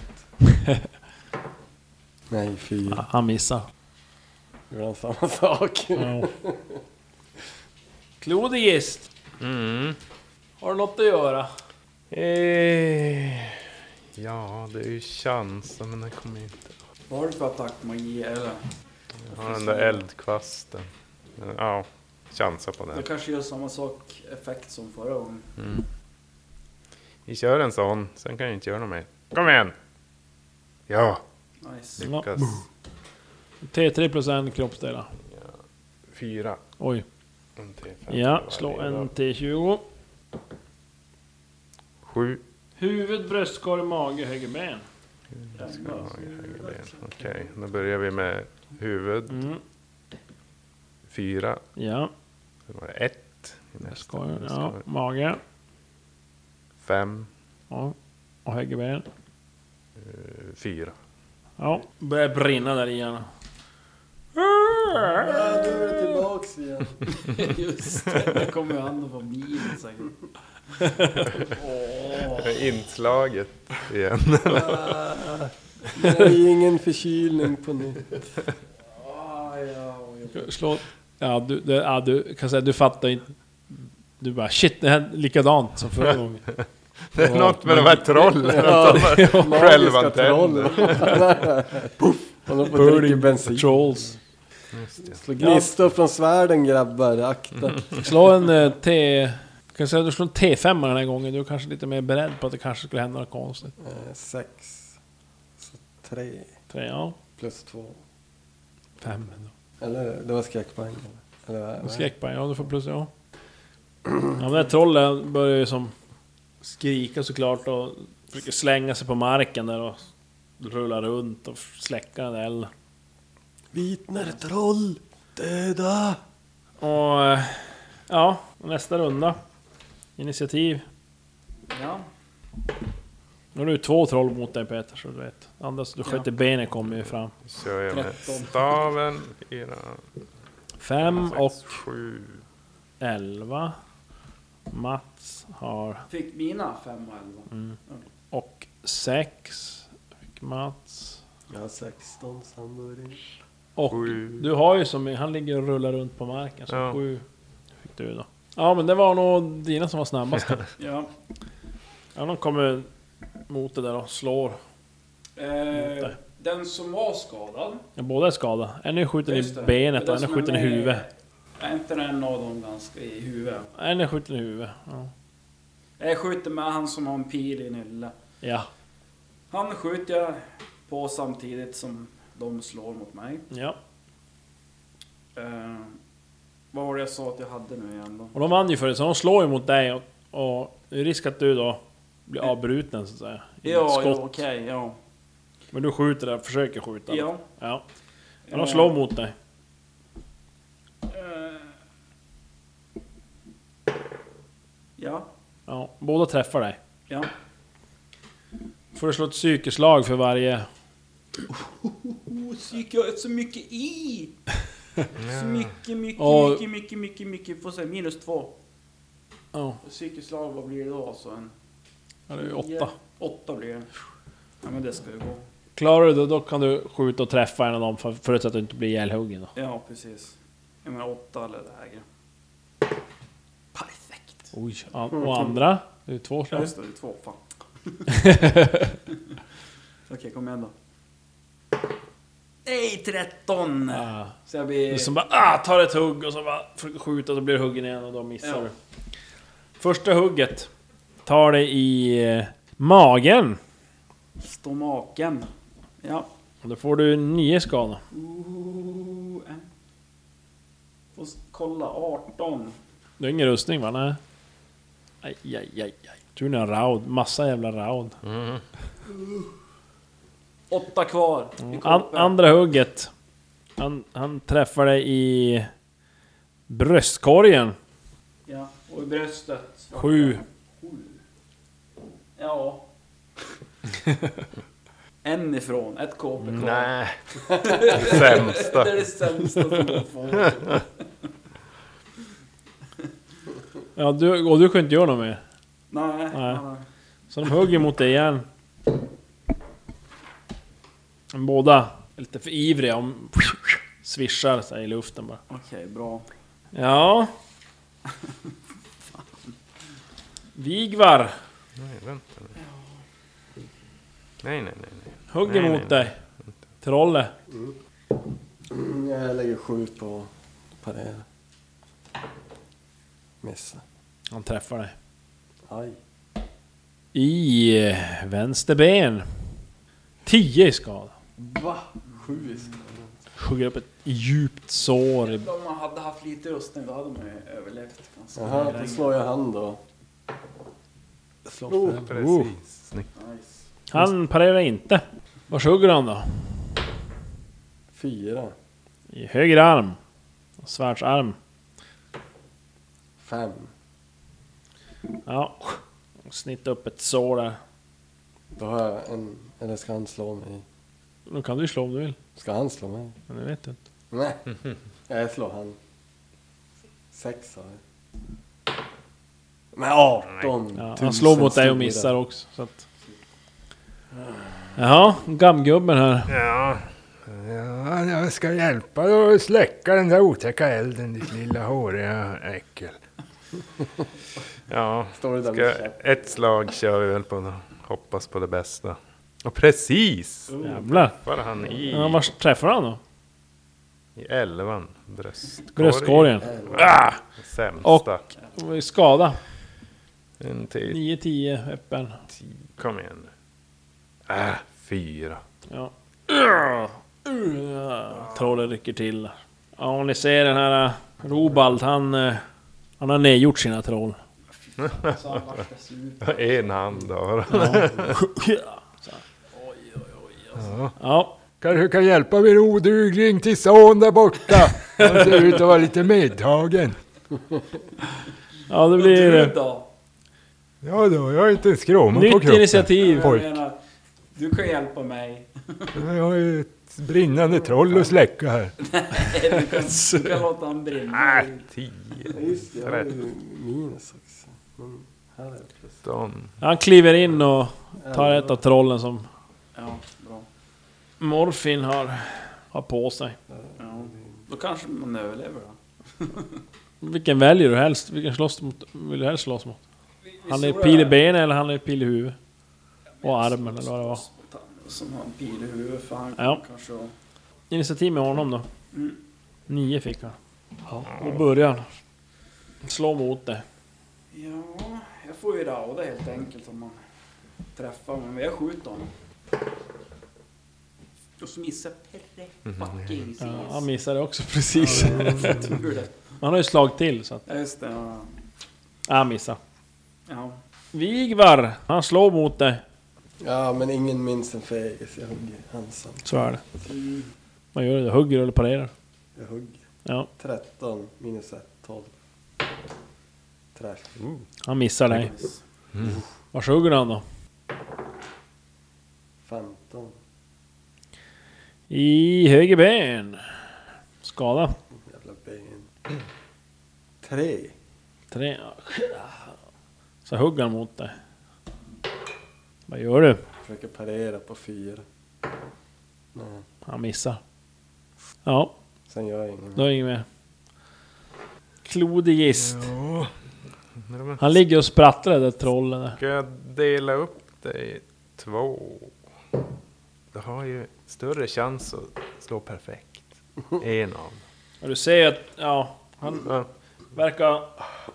[SPEAKER 2] Nej, fyra.
[SPEAKER 3] Han missar.
[SPEAKER 2] Gjorde han samma sak?
[SPEAKER 3] Ja. Klodigist!
[SPEAKER 6] Mm.
[SPEAKER 3] Har du något att göra?
[SPEAKER 6] Eh, ja, det är ju chansen, men den kommer ju inte.
[SPEAKER 5] Vad har du för attackmagi eller?
[SPEAKER 6] Jag har den där eldkvasten. Ja, chansa på
[SPEAKER 5] Det
[SPEAKER 6] den.
[SPEAKER 5] kanske gör samma sak effekt som förra gången.
[SPEAKER 6] Mm. Vi kör en sån, sen kan jag inte göra något mer. Kom igen! Ja,
[SPEAKER 5] Nice.
[SPEAKER 6] lyckas.
[SPEAKER 3] T3 plus en kroppsdelar.
[SPEAKER 6] Fyra.
[SPEAKER 3] Oj.
[SPEAKER 6] En T5
[SPEAKER 3] Ja,
[SPEAKER 6] varje
[SPEAKER 3] slå
[SPEAKER 6] dag.
[SPEAKER 3] en T20.
[SPEAKER 6] Sju.
[SPEAKER 3] Huvud, bröstkorg, mage, höger ben.
[SPEAKER 6] Ska ha i höger ben. Okej, då börjar vi med huvud.
[SPEAKER 3] Mm.
[SPEAKER 6] Fyra.
[SPEAKER 3] Ja,
[SPEAKER 6] Sen var det ett. i nästa.
[SPEAKER 3] bröstkorg.
[SPEAKER 6] Sen ska
[SPEAKER 3] Ja,
[SPEAKER 6] vi-
[SPEAKER 3] mage.
[SPEAKER 6] Fem.
[SPEAKER 3] Ja. Och höger ben.
[SPEAKER 6] eh, Fyra.
[SPEAKER 3] Ja, börjar brinna där i hjärnan.
[SPEAKER 2] Ja, du är tillbaks igen.
[SPEAKER 5] (laughs) Just det, där kommer ju han att vara min säkert. Åh.
[SPEAKER 6] Inslaget igen. (laughs)
[SPEAKER 2] Nej, ingen förkylning på nytt.
[SPEAKER 5] Ah, ja, oj, oj.
[SPEAKER 3] Slå... Ja du, det, ja, du kan säga du fattar inte. Du bara shit, det här är likadant som förra gången.
[SPEAKER 6] Det är något med de här
[SPEAKER 3] (laughs)
[SPEAKER 6] trollen.
[SPEAKER 2] Ja,
[SPEAKER 6] De tar självantänder.
[SPEAKER 2] Han håller på att dricka bensin.
[SPEAKER 3] Trolls.
[SPEAKER 6] Just det.
[SPEAKER 2] Slå gnistor från svärden grabbar, akta.
[SPEAKER 3] Slå en eh, T... Kan säga att du slår en T5 den här gången. Du är kanske lite mer beredd på att det kanske skulle hända något konstigt.
[SPEAKER 2] Eh, sex. Så tre.
[SPEAKER 3] Tre, ja.
[SPEAKER 2] Plus två.
[SPEAKER 3] Fem ändå.
[SPEAKER 2] Eller det var skräckpoäng. Eller, eller, vad- vad-
[SPEAKER 3] Skräckpoäng, ja du får plus ja. Ja men det här trollet börjar ju som skrika såklart och försöker slänga sig på marken där och rulla runt och släcka den där elden.
[SPEAKER 2] Vitner troll! Döda!
[SPEAKER 3] Och eh, ja, nästa runda. Initiativ.
[SPEAKER 5] Ja,
[SPEAKER 3] Nu har du två troll mot dig Peter så du vet. Andra som du sköt i benet kommer ju fram.
[SPEAKER 6] Nu kör jag med
[SPEAKER 5] Tretton.
[SPEAKER 6] staven. Fyra.
[SPEAKER 3] Fem
[SPEAKER 6] sex,
[SPEAKER 3] och
[SPEAKER 6] Sju.
[SPEAKER 3] elva. Mats har
[SPEAKER 5] fick mina fem och elva.
[SPEAKER 3] och sex. Fick Mats.
[SPEAKER 2] Jag har 16 samburig.
[SPEAKER 3] Och
[SPEAKER 6] Sju.
[SPEAKER 3] du har ju som, han ligger och rullar runt på marken, så
[SPEAKER 6] Ja.
[SPEAKER 3] sju fick du då. Ja men det var nog dina som var
[SPEAKER 6] (laughs)
[SPEAKER 3] snabbast.
[SPEAKER 5] Ja.
[SPEAKER 3] ja, de kommer mot det där och slår.
[SPEAKER 5] Eh, den som var skadad.
[SPEAKER 3] Ja, båda är skadade. En är skjuten
[SPEAKER 5] Just
[SPEAKER 3] i
[SPEAKER 5] det.
[SPEAKER 3] benet
[SPEAKER 5] Den
[SPEAKER 3] och en är
[SPEAKER 5] som
[SPEAKER 3] skjuten i
[SPEAKER 5] med-
[SPEAKER 3] huvudet.
[SPEAKER 5] Är inte en av dem ganska i huvudet?
[SPEAKER 3] En är skjuten i huvudet. Ja.
[SPEAKER 5] Jag skjuter med han som har en pil i nylle.
[SPEAKER 3] ja.
[SPEAKER 5] Han skjuter jag på samtidigt som de slår mot mig.
[SPEAKER 3] ja.
[SPEAKER 5] Eh, vad var det jag sa att jag hade nu igen då?
[SPEAKER 3] Och de vann ju för det, så de slår ju mot dig och, och det är risk att du då blir avbruten så att säga. i
[SPEAKER 5] Ja,
[SPEAKER 3] skott.
[SPEAKER 5] ja okej, ja.
[SPEAKER 3] Men du skjuter där, försöker skjuta.
[SPEAKER 5] ja.
[SPEAKER 3] Ja. Men de slår mot dig.
[SPEAKER 5] Eh, Ja,
[SPEAKER 3] Ja, båda träffar dig.
[SPEAKER 5] ja.
[SPEAKER 3] Får du slå ett psykeslag för varje...
[SPEAKER 5] Oh, psyk, jag har så mycket i! Så mycket, mycket,
[SPEAKER 3] Ja.
[SPEAKER 5] mycket, mycket, mycket, mycket. Får se, minus två.
[SPEAKER 3] Ja,
[SPEAKER 5] Och Psykiskt slag, vad blir det då? Så en...
[SPEAKER 3] det är ju
[SPEAKER 5] Ja,
[SPEAKER 3] åtta.
[SPEAKER 5] åtta blir det. Ja, men det ska ju gå.
[SPEAKER 3] Klarar du det, då kan du skjuta och träffa en av dem för- förutsatt att du inte blir ihjälhuggen då.
[SPEAKER 5] Ja, precis. Jag menar åtta eller lägre. Perfekt!
[SPEAKER 3] Oj, ja, och andra? Det är två slag.
[SPEAKER 5] Just det, det är två.
[SPEAKER 3] (laughs)
[SPEAKER 5] Fan. Okej, kom igen då. Nej, 13!
[SPEAKER 3] Ah.
[SPEAKER 5] Så jag blir...
[SPEAKER 3] Du som bara ah, tar ett hugg och så bara försöker skjuta och så blir du huggen igen och då missar
[SPEAKER 5] Ja.
[SPEAKER 3] du. Första hugget tar dig i eh, magen.
[SPEAKER 5] Stomaken. Ja.
[SPEAKER 3] Och då får du nio skada.
[SPEAKER 5] Ooh, en. Får s- kolla, 18.
[SPEAKER 3] Du har ingen rustning va? Nej. Aj, aj, aj, aj. Tror ni har raud. Massa jävla raud.
[SPEAKER 5] Åtta kvar. i
[SPEAKER 3] Mm. An
[SPEAKER 5] kroppen.
[SPEAKER 3] andra hugget. Han, han träffar dig i bröstkorgen.
[SPEAKER 5] Ja, och i bröstet.
[SPEAKER 3] Sju. (laughs)
[SPEAKER 5] Ja. en ifrån, ett KP kvar.
[SPEAKER 6] Nej. (laughs) Sämsta.
[SPEAKER 5] (laughs) Det är det sämsta som
[SPEAKER 3] (laughs)
[SPEAKER 5] jag får.
[SPEAKER 3] Ja, du, och du kunde inte göra något mer.
[SPEAKER 5] Nej.
[SPEAKER 3] Nej.
[SPEAKER 5] nej.
[SPEAKER 3] Så de hugger mot dig igen. Båda är lite för ivriga och svischar sig i luften bara.
[SPEAKER 5] Okej, bra.
[SPEAKER 3] Ja... Vigvar
[SPEAKER 6] Nej, vänta nu. Nej, nej, nej. nej.
[SPEAKER 3] hugger
[SPEAKER 6] Nej,
[SPEAKER 3] mot
[SPEAKER 6] nej,
[SPEAKER 3] dig. Trolle.
[SPEAKER 2] Mm, Jag lägger sju på parera. Missa.
[SPEAKER 3] Han träffar dig.
[SPEAKER 2] Aj.
[SPEAKER 3] I eh, vänster ben. 10 i skada.
[SPEAKER 2] Va? Sju i skala.
[SPEAKER 3] Hugger upp ett djupt sår i...
[SPEAKER 5] Om man hade haft lite rustning då hade man ju överlevt ganska
[SPEAKER 2] Jaha, då
[SPEAKER 5] länge.
[SPEAKER 2] slår jag han då.
[SPEAKER 6] Oh, precis. Snyggt.
[SPEAKER 5] Nice.
[SPEAKER 3] Han parerar inte. Var hugger han då?
[SPEAKER 2] Fyra.
[SPEAKER 3] I höger arm. Svärdsarm.
[SPEAKER 2] Fem.
[SPEAKER 3] Ja. Snitt upp ett sår där.
[SPEAKER 2] Då har jag en... Eller ska han slå mig?
[SPEAKER 3] Nu kan du ju slå om du vill.
[SPEAKER 2] Ska han slå mig?
[SPEAKER 3] Men det vet du inte. (laughs)
[SPEAKER 2] Nej. Jag slår han. Sex har jag. Men 18
[SPEAKER 3] Ja, han slår mot dig och missar också. Så att... Jaha, gammgubben här.
[SPEAKER 4] Ja. ja, jag ska hjälpa dig att släcka den där otäcka elden, ditt lilla håriga äckel.
[SPEAKER 6] Ja,
[SPEAKER 2] Står det där
[SPEAKER 6] ska,
[SPEAKER 2] med käpp.
[SPEAKER 6] ett slag kör vi väl på då. Hoppas på det bästa. Och precis!
[SPEAKER 3] Jävlar.
[SPEAKER 6] Var han i,
[SPEAKER 3] Ja, var träffar han då?
[SPEAKER 6] i elvan? Bröstkorgen.
[SPEAKER 3] Bröstkorgen.
[SPEAKER 6] Ah! Sämsta.
[SPEAKER 3] Och- Skada.
[SPEAKER 6] En till.
[SPEAKER 3] 9-10 öppen.
[SPEAKER 6] Kom igen nu. Ah, fyra. (laughs)
[SPEAKER 3] Ja. Uh, Trollen rycker till. Ja, och ni ser den här eh, Robald, han... eh, Han har nedgjort sina troll.
[SPEAKER 6] En hand har han.
[SPEAKER 3] Ja,
[SPEAKER 4] Kanske kan hjälpa min odugling till son där borta. Han ser ut att vara lite medtagen.
[SPEAKER 3] ja det blir...
[SPEAKER 5] Du
[SPEAKER 3] eh,
[SPEAKER 5] då?
[SPEAKER 4] Ja då, jag är inte en skråma på
[SPEAKER 3] Nytt
[SPEAKER 4] kroppen.
[SPEAKER 3] initiativ!
[SPEAKER 5] Jag
[SPEAKER 4] Pojk.
[SPEAKER 5] menar, du kan
[SPEAKER 3] (laughs)
[SPEAKER 5] hjälpa mig.
[SPEAKER 4] Jag har ju ett brinnande troll att släcka här.
[SPEAKER 5] Du kan, du kan låta han brinna.
[SPEAKER 6] Ah, tio.
[SPEAKER 2] Just det, jag har ju
[SPEAKER 6] Tretton.
[SPEAKER 2] minus också. Men här är det plus.
[SPEAKER 3] Han kliver in och tar ett av trollen som
[SPEAKER 5] Ja, bra.
[SPEAKER 3] Morfin har, har på sig.
[SPEAKER 5] Ja. Då kanske man överlever då.
[SPEAKER 3] Vilken väljer du helst? Vilken slåss mot, vill du helst slåss mot?
[SPEAKER 5] Vi- vi
[SPEAKER 3] Han är
[SPEAKER 5] såg
[SPEAKER 3] pil i
[SPEAKER 5] det här.
[SPEAKER 3] benet eller han är pil i huvudet? Och armen eller vad det var.
[SPEAKER 5] Som har en pil i huvudet för han
[SPEAKER 3] Ja.
[SPEAKER 5] kanske... och-
[SPEAKER 3] Initiativ med honom då. Nio fick han. Och början. Slå mot det.
[SPEAKER 5] Ja, jag får ju rauda helt enkelt om man träffar honom. Men jag skjuter honom. Och så missar Perre fucking precis.
[SPEAKER 3] Ja, han missade också (laughs) precis.
[SPEAKER 5] Tur det.
[SPEAKER 3] Han har ju slag till så att...
[SPEAKER 5] Ja, just det. Ja.
[SPEAKER 3] Ja, han missade.
[SPEAKER 5] ja.
[SPEAKER 3] Vigvar! Han slår mot dig.
[SPEAKER 2] Ja, men ingen minns en fegis. Jag hugger hans hand.
[SPEAKER 3] Så är det. Vad gör du? Hugger eller parerar?
[SPEAKER 2] Jag hugg.
[SPEAKER 3] Ja,
[SPEAKER 2] 13 minus 1, 12. Träff.
[SPEAKER 3] han missar dig. Vars hugger han då?
[SPEAKER 2] 15.
[SPEAKER 3] I höger ben. Skada.
[SPEAKER 2] Jävla ben. 3.
[SPEAKER 3] Tre. Så hugger han mot dig. Vad gör du?
[SPEAKER 2] Försöker parera på 4. Nej,
[SPEAKER 3] Han missar. Ja,
[SPEAKER 2] sen gör jag inget.
[SPEAKER 3] då är det inget mer. Klodig gist.
[SPEAKER 4] Ja.
[SPEAKER 3] Han ligger och sprattlar det där trollet där.
[SPEAKER 6] Ska jag dela upp det i två? Du har ju större chans att
[SPEAKER 2] (laughs)
[SPEAKER 6] slå perfekt. En av
[SPEAKER 3] Och du ser att, ja, han
[SPEAKER 6] dem.
[SPEAKER 3] verkar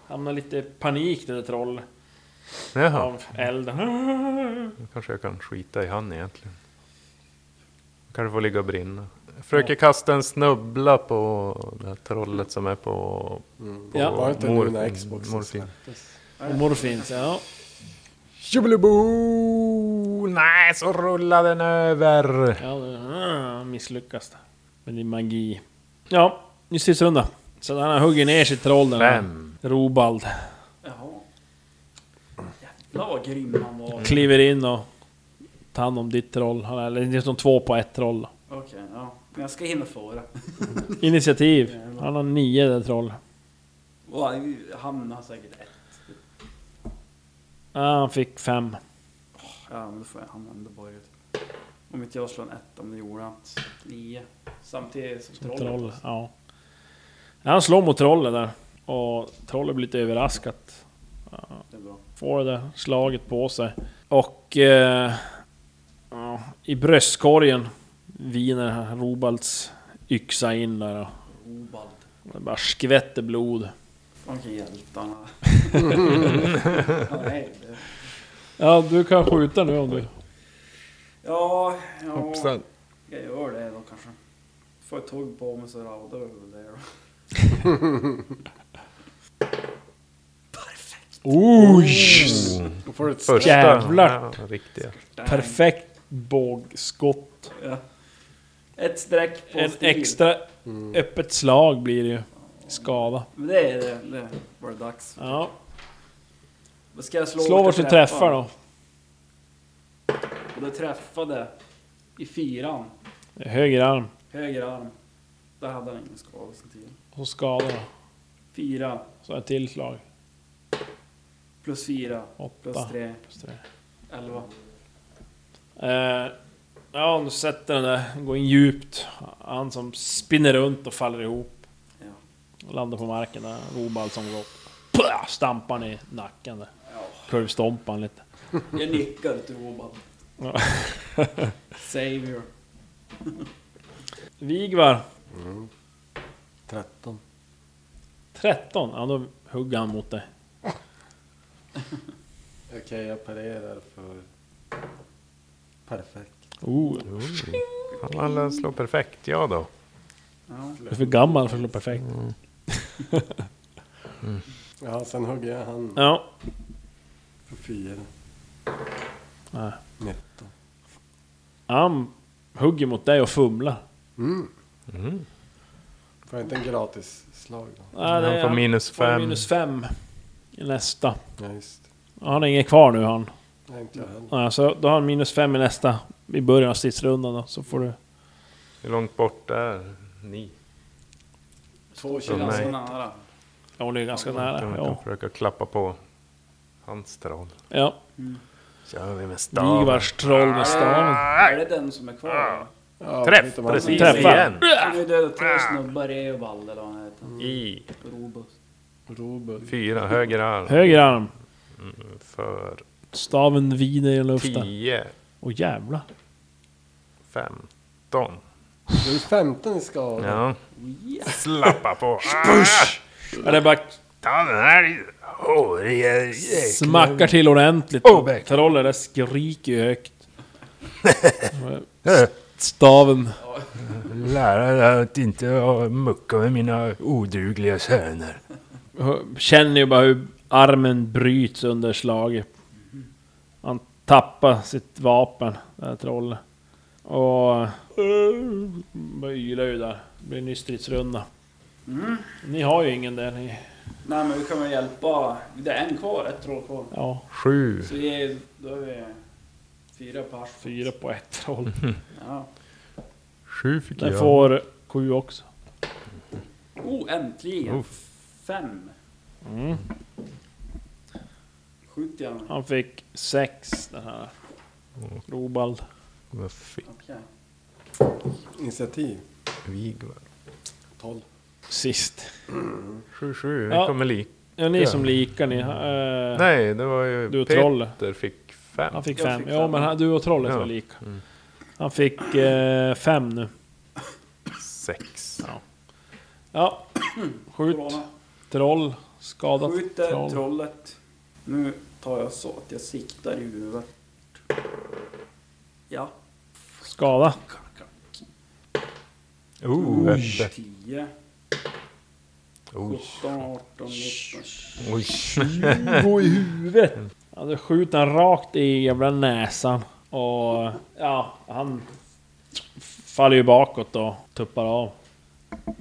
[SPEAKER 3] hamna lite i panik det där trollet.
[SPEAKER 6] Jaha,
[SPEAKER 3] Av elden.
[SPEAKER 6] då kanske jag kan skita i han egentligen. Kanske får ligga och brinna. Jag försöker kasta en snubbla på det här trollet som är på... på
[SPEAKER 3] Ja.
[SPEAKER 2] Var inte nu när
[SPEAKER 6] morfin-
[SPEAKER 2] Xbox
[SPEAKER 6] morfin.
[SPEAKER 2] släpptes?
[SPEAKER 3] Och morfins, ja.
[SPEAKER 4] Tjobelebo!
[SPEAKER 6] Oh, Nej, så rullar den över!
[SPEAKER 3] ja det- ah, misslyckas det. Med din magi. Ja, nu sista runda. Så han har huggit ner sitt troll den här
[SPEAKER 6] Fem.
[SPEAKER 3] Robald.
[SPEAKER 5] Jaha. Jävlar vad grym han var.
[SPEAKER 3] Kliver in och tar hand om ditt troll. Han är- Eller det är som två på ett troll då.
[SPEAKER 5] Okej, ja. Men jag ska hinna före.
[SPEAKER 3] Initiativ. Han har nio där troll.
[SPEAKER 5] Och han har säkert ett.
[SPEAKER 3] Ja, han fick fem.
[SPEAKER 5] Ja, men då får jag han ändå börja. Om inte jag slår en ett, om det gjorde han. Nio. Samtidigt som trollet.
[SPEAKER 3] Troll, ja. Ja, Han slår mot trollet där. Och trollet blir lite överraskat.
[SPEAKER 5] Det är bra.
[SPEAKER 3] får det där slaget på sig. Och eh, ja, i bröstkorgen viner Robalds yxa in där och
[SPEAKER 5] Obald.
[SPEAKER 3] det bara skvätter blod. (laughs)
[SPEAKER 5] Vilken hjältarna. ja, nej, det-
[SPEAKER 3] Ja, du kan skjuta nu om du...
[SPEAKER 5] ja, ja.
[SPEAKER 4] Hoppsan.
[SPEAKER 5] Jag gör det då kanske. Får ett tugg på mig så radar jag väl det då.
[SPEAKER 3] Oj!
[SPEAKER 2] Då får du ett
[SPEAKER 6] Första.
[SPEAKER 3] Jävlar.
[SPEAKER 6] Ja, riktiga.
[SPEAKER 3] Perfekt bågskott.
[SPEAKER 5] Ja. Ett streck på
[SPEAKER 3] En
[SPEAKER 5] stil.
[SPEAKER 3] extra öppet slag blir det ju. Skada.
[SPEAKER 5] Men det är det. det var det dags.
[SPEAKER 3] Ja.
[SPEAKER 5] Vad Ska jag slå
[SPEAKER 3] Slå vart du träffar då.
[SPEAKER 5] Och då träffade i fyran.
[SPEAKER 3] Höger arm.
[SPEAKER 5] Höger arm. Där hade han ingen skada sen tidigare.
[SPEAKER 3] Och skada då.
[SPEAKER 5] Fyra.
[SPEAKER 3] Så ett till slag.
[SPEAKER 5] Plus fyra.
[SPEAKER 3] Åtta.
[SPEAKER 5] Plus tre.
[SPEAKER 3] Plus tre.
[SPEAKER 5] Elva.
[SPEAKER 3] Eh, ja, nu sätter den där, den går in djupt. Han som spinner runt och faller ihop.
[SPEAKER 5] Ja.
[SPEAKER 3] Och landar på marken där, Robald som går upp. Pah! Stampar ner i nacken där.
[SPEAKER 5] Ja.
[SPEAKER 3] Kurvstompar han lite.
[SPEAKER 5] Jag nickar till Robald.
[SPEAKER 3] Ja.
[SPEAKER 5] (laughs) Savior.
[SPEAKER 3] Vigvar,
[SPEAKER 2] 13.
[SPEAKER 3] 13. Ja, då hugger han mot dig.
[SPEAKER 2] Okej, jag parerar för... Perfekt.
[SPEAKER 3] Oh,
[SPEAKER 6] Han alla slår perfekt, ja då.
[SPEAKER 5] Ja.
[SPEAKER 3] du är för gammal för att slå perfekt.
[SPEAKER 6] Mm.
[SPEAKER 2] Ja, sen hugger jag han
[SPEAKER 3] Ja,
[SPEAKER 2] för 4.
[SPEAKER 3] Nej.
[SPEAKER 2] 19.
[SPEAKER 3] han hugger mot dig och fumlar.
[SPEAKER 2] Mm. Får jag inte en gratis slag då?
[SPEAKER 3] Nej, det är-
[SPEAKER 6] han får minus
[SPEAKER 3] får
[SPEAKER 6] fem.
[SPEAKER 3] minus fem i nästa.
[SPEAKER 2] Ja, just det.
[SPEAKER 3] Ja, Han har inget kvar nu han.
[SPEAKER 2] Nej, inte jag heller.
[SPEAKER 3] Ja, så då har han minus fem i nästa. I början av stridsrundan då, så får du...
[SPEAKER 6] Hur långt bort är ni?
[SPEAKER 5] Två
[SPEAKER 6] Från
[SPEAKER 5] kilo så
[SPEAKER 6] mig.
[SPEAKER 5] nära.
[SPEAKER 3] Ja, hon är ganska
[SPEAKER 6] Jag kan
[SPEAKER 3] nära. Ja.
[SPEAKER 6] försöka klappa på hans troll.
[SPEAKER 3] ja.
[SPEAKER 6] Kör vi med staven.
[SPEAKER 3] Vigvars troll med staven.
[SPEAKER 5] Är det den som är kvar?
[SPEAKER 2] Ja,
[SPEAKER 6] Träff!
[SPEAKER 2] skjuter man-
[SPEAKER 6] Precis
[SPEAKER 3] Träffar.
[SPEAKER 6] igen!
[SPEAKER 5] Han har ju dödat två snubbar i Evald eller vad han heter.
[SPEAKER 6] I
[SPEAKER 5] Robus.
[SPEAKER 2] Robert.
[SPEAKER 6] fyra, höger arm.
[SPEAKER 3] Höger arm.
[SPEAKER 6] För
[SPEAKER 3] Staven viner i luften.
[SPEAKER 6] tio,
[SPEAKER 3] Åh jävlar.
[SPEAKER 6] femton.
[SPEAKER 2] Du är 15 i skada.
[SPEAKER 6] Ja. Slappa på.
[SPEAKER 3] Ja, det bara
[SPEAKER 6] Ta den här håriga...
[SPEAKER 3] smackar till ordentligt.
[SPEAKER 4] Oh, back.
[SPEAKER 3] Trollet där skriker ju högt. Staven.
[SPEAKER 4] Lära dig att inte ha mucka med mina odugliga söner.
[SPEAKER 3] Känner ju bara hur armen bryts under slaget. Han tappar sitt vapen, det här trollet. Och... eh, Bara ylar ju där. Det blir en ny stridsrunda.
[SPEAKER 5] Mm.
[SPEAKER 3] Ni har ju ingen där ni...
[SPEAKER 5] Nej men vi kan väl hjälpa. Det är en kvar, ett troll kvar.
[SPEAKER 3] Ja,
[SPEAKER 6] Sju.
[SPEAKER 5] Så vi är, då är vi fyra pers.
[SPEAKER 3] fyra på ett troll.
[SPEAKER 5] Ja.
[SPEAKER 6] Sju fick
[SPEAKER 3] Den
[SPEAKER 6] jag.
[SPEAKER 3] får sju också.
[SPEAKER 5] Oh, äntligen!
[SPEAKER 6] Uff.
[SPEAKER 5] Fem.
[SPEAKER 3] Mm.
[SPEAKER 5] Skjut gärna.
[SPEAKER 3] Han fick sex den här.
[SPEAKER 6] Mm.
[SPEAKER 3] Robald.
[SPEAKER 6] Vad fick
[SPEAKER 5] Okej.
[SPEAKER 2] Initiativ.
[SPEAKER 6] Vigvar?
[SPEAKER 2] 12.
[SPEAKER 3] Sist.
[SPEAKER 6] Sju, sju. Vi
[SPEAKER 3] Ja.
[SPEAKER 6] kommer lik.
[SPEAKER 3] Ja, ni som likar ni. eh,
[SPEAKER 6] Nej, det var ju
[SPEAKER 3] Du och
[SPEAKER 6] Peter
[SPEAKER 3] trollet.
[SPEAKER 6] fick fem.
[SPEAKER 3] Han fick
[SPEAKER 5] Jag
[SPEAKER 3] fem.
[SPEAKER 5] fick
[SPEAKER 3] Ja,
[SPEAKER 5] fem.
[SPEAKER 3] men han, du och trollet
[SPEAKER 6] Ja. Mm.
[SPEAKER 3] var lika. Han fick eh, fem nu.
[SPEAKER 6] Sex.
[SPEAKER 3] Ja. Skjut.
[SPEAKER 5] Corona.
[SPEAKER 3] Troll. Skadat
[SPEAKER 5] Skjuter
[SPEAKER 3] troll.
[SPEAKER 5] trollet. Nu tar jag så att jag siktar i huvudet. Ja.
[SPEAKER 3] Skada.
[SPEAKER 6] Oh, öppet.
[SPEAKER 5] 10,
[SPEAKER 6] Oj.
[SPEAKER 5] 17, 18, 19.
[SPEAKER 6] Oj.
[SPEAKER 3] Gå i huvudet! Ja, du skjuter Mm. han rakt i jävla näsan. Och ja, han faller ju bakåt och tuppar av.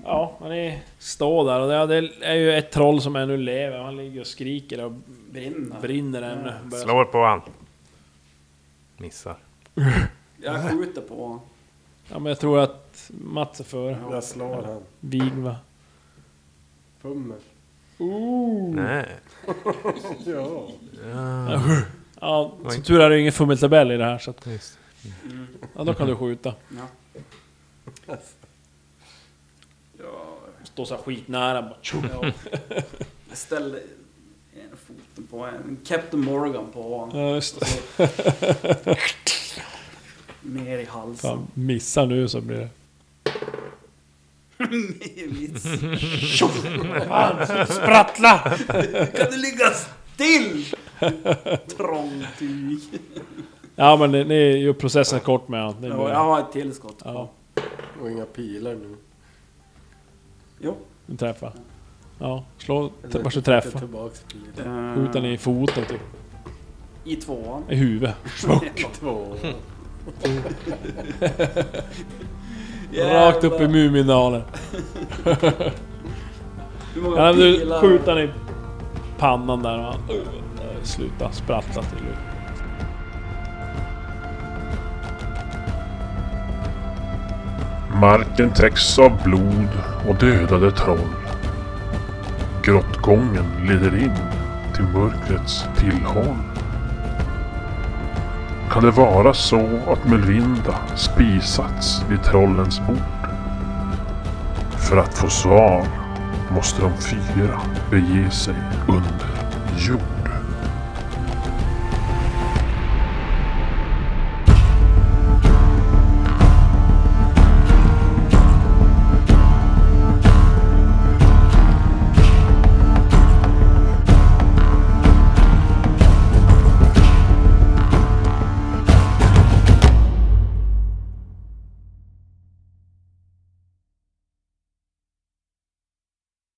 [SPEAKER 3] Ja, men ni står där och det- ja, det är ju ett troll som ännu lever. Han ligger och skriker och
[SPEAKER 5] Brinner.
[SPEAKER 3] brinner ännu. Börjar-
[SPEAKER 6] Slår på han. Missar.
[SPEAKER 5] Jag skjuter på honom.
[SPEAKER 3] Ja, men jag tror att Mats är före.
[SPEAKER 2] Där slår han.
[SPEAKER 3] Vigva.
[SPEAKER 2] Pummer.
[SPEAKER 6] Nej.
[SPEAKER 2] Ja.
[SPEAKER 3] Ja,
[SPEAKER 6] Oj.
[SPEAKER 3] som tur är det ju ingen fummeltabell i det här så att,
[SPEAKER 6] Just.
[SPEAKER 3] ja, då kan du skjuta.
[SPEAKER 5] Ja. Ja,
[SPEAKER 3] Står så här skitnära bara. tjo.
[SPEAKER 5] ja. Jag ställde en foten på en Captain Morgan på honom.
[SPEAKER 3] Ja, just det.
[SPEAKER 5] Ner i (laughs) halsen.
[SPEAKER 3] Fan, missar nu så blir det...
[SPEAKER 5] Miss.
[SPEAKER 3] Fan, sprattla!
[SPEAKER 5] Kan du ligga still? Trångtyg.
[SPEAKER 3] Ja men ni, ni gör processen kort med han. Det
[SPEAKER 5] Ja,
[SPEAKER 3] går.
[SPEAKER 5] jag har ett tillskott på.
[SPEAKER 3] Ja,
[SPEAKER 2] Och inga pilar nu.
[SPEAKER 5] Jo.
[SPEAKER 3] ni träffar. Ja, slå... t-
[SPEAKER 5] typ-
[SPEAKER 3] Varsin träffa.
[SPEAKER 2] Tillbaks pilar.
[SPEAKER 5] eh,
[SPEAKER 3] Skjuta ni i foten typ.
[SPEAKER 5] I tvåan.
[SPEAKER 3] I huvudet.
[SPEAKER 5] (laughs)
[SPEAKER 2] Två.
[SPEAKER 3] Rakt upp i Mumindalen.
[SPEAKER 5] Hur många
[SPEAKER 3] Ja, men du
[SPEAKER 5] pilar?
[SPEAKER 3] skjuter han i pannan där och han... eh, Sluta sprattla till slut.
[SPEAKER 1] Marken täcks av blod och dödade troll. Grottgången leder in till mörkrets tillhåll. Kan det vara så att Melvinda spisats vid trollens bord? För att få svar måste de fyra bege sig under jord.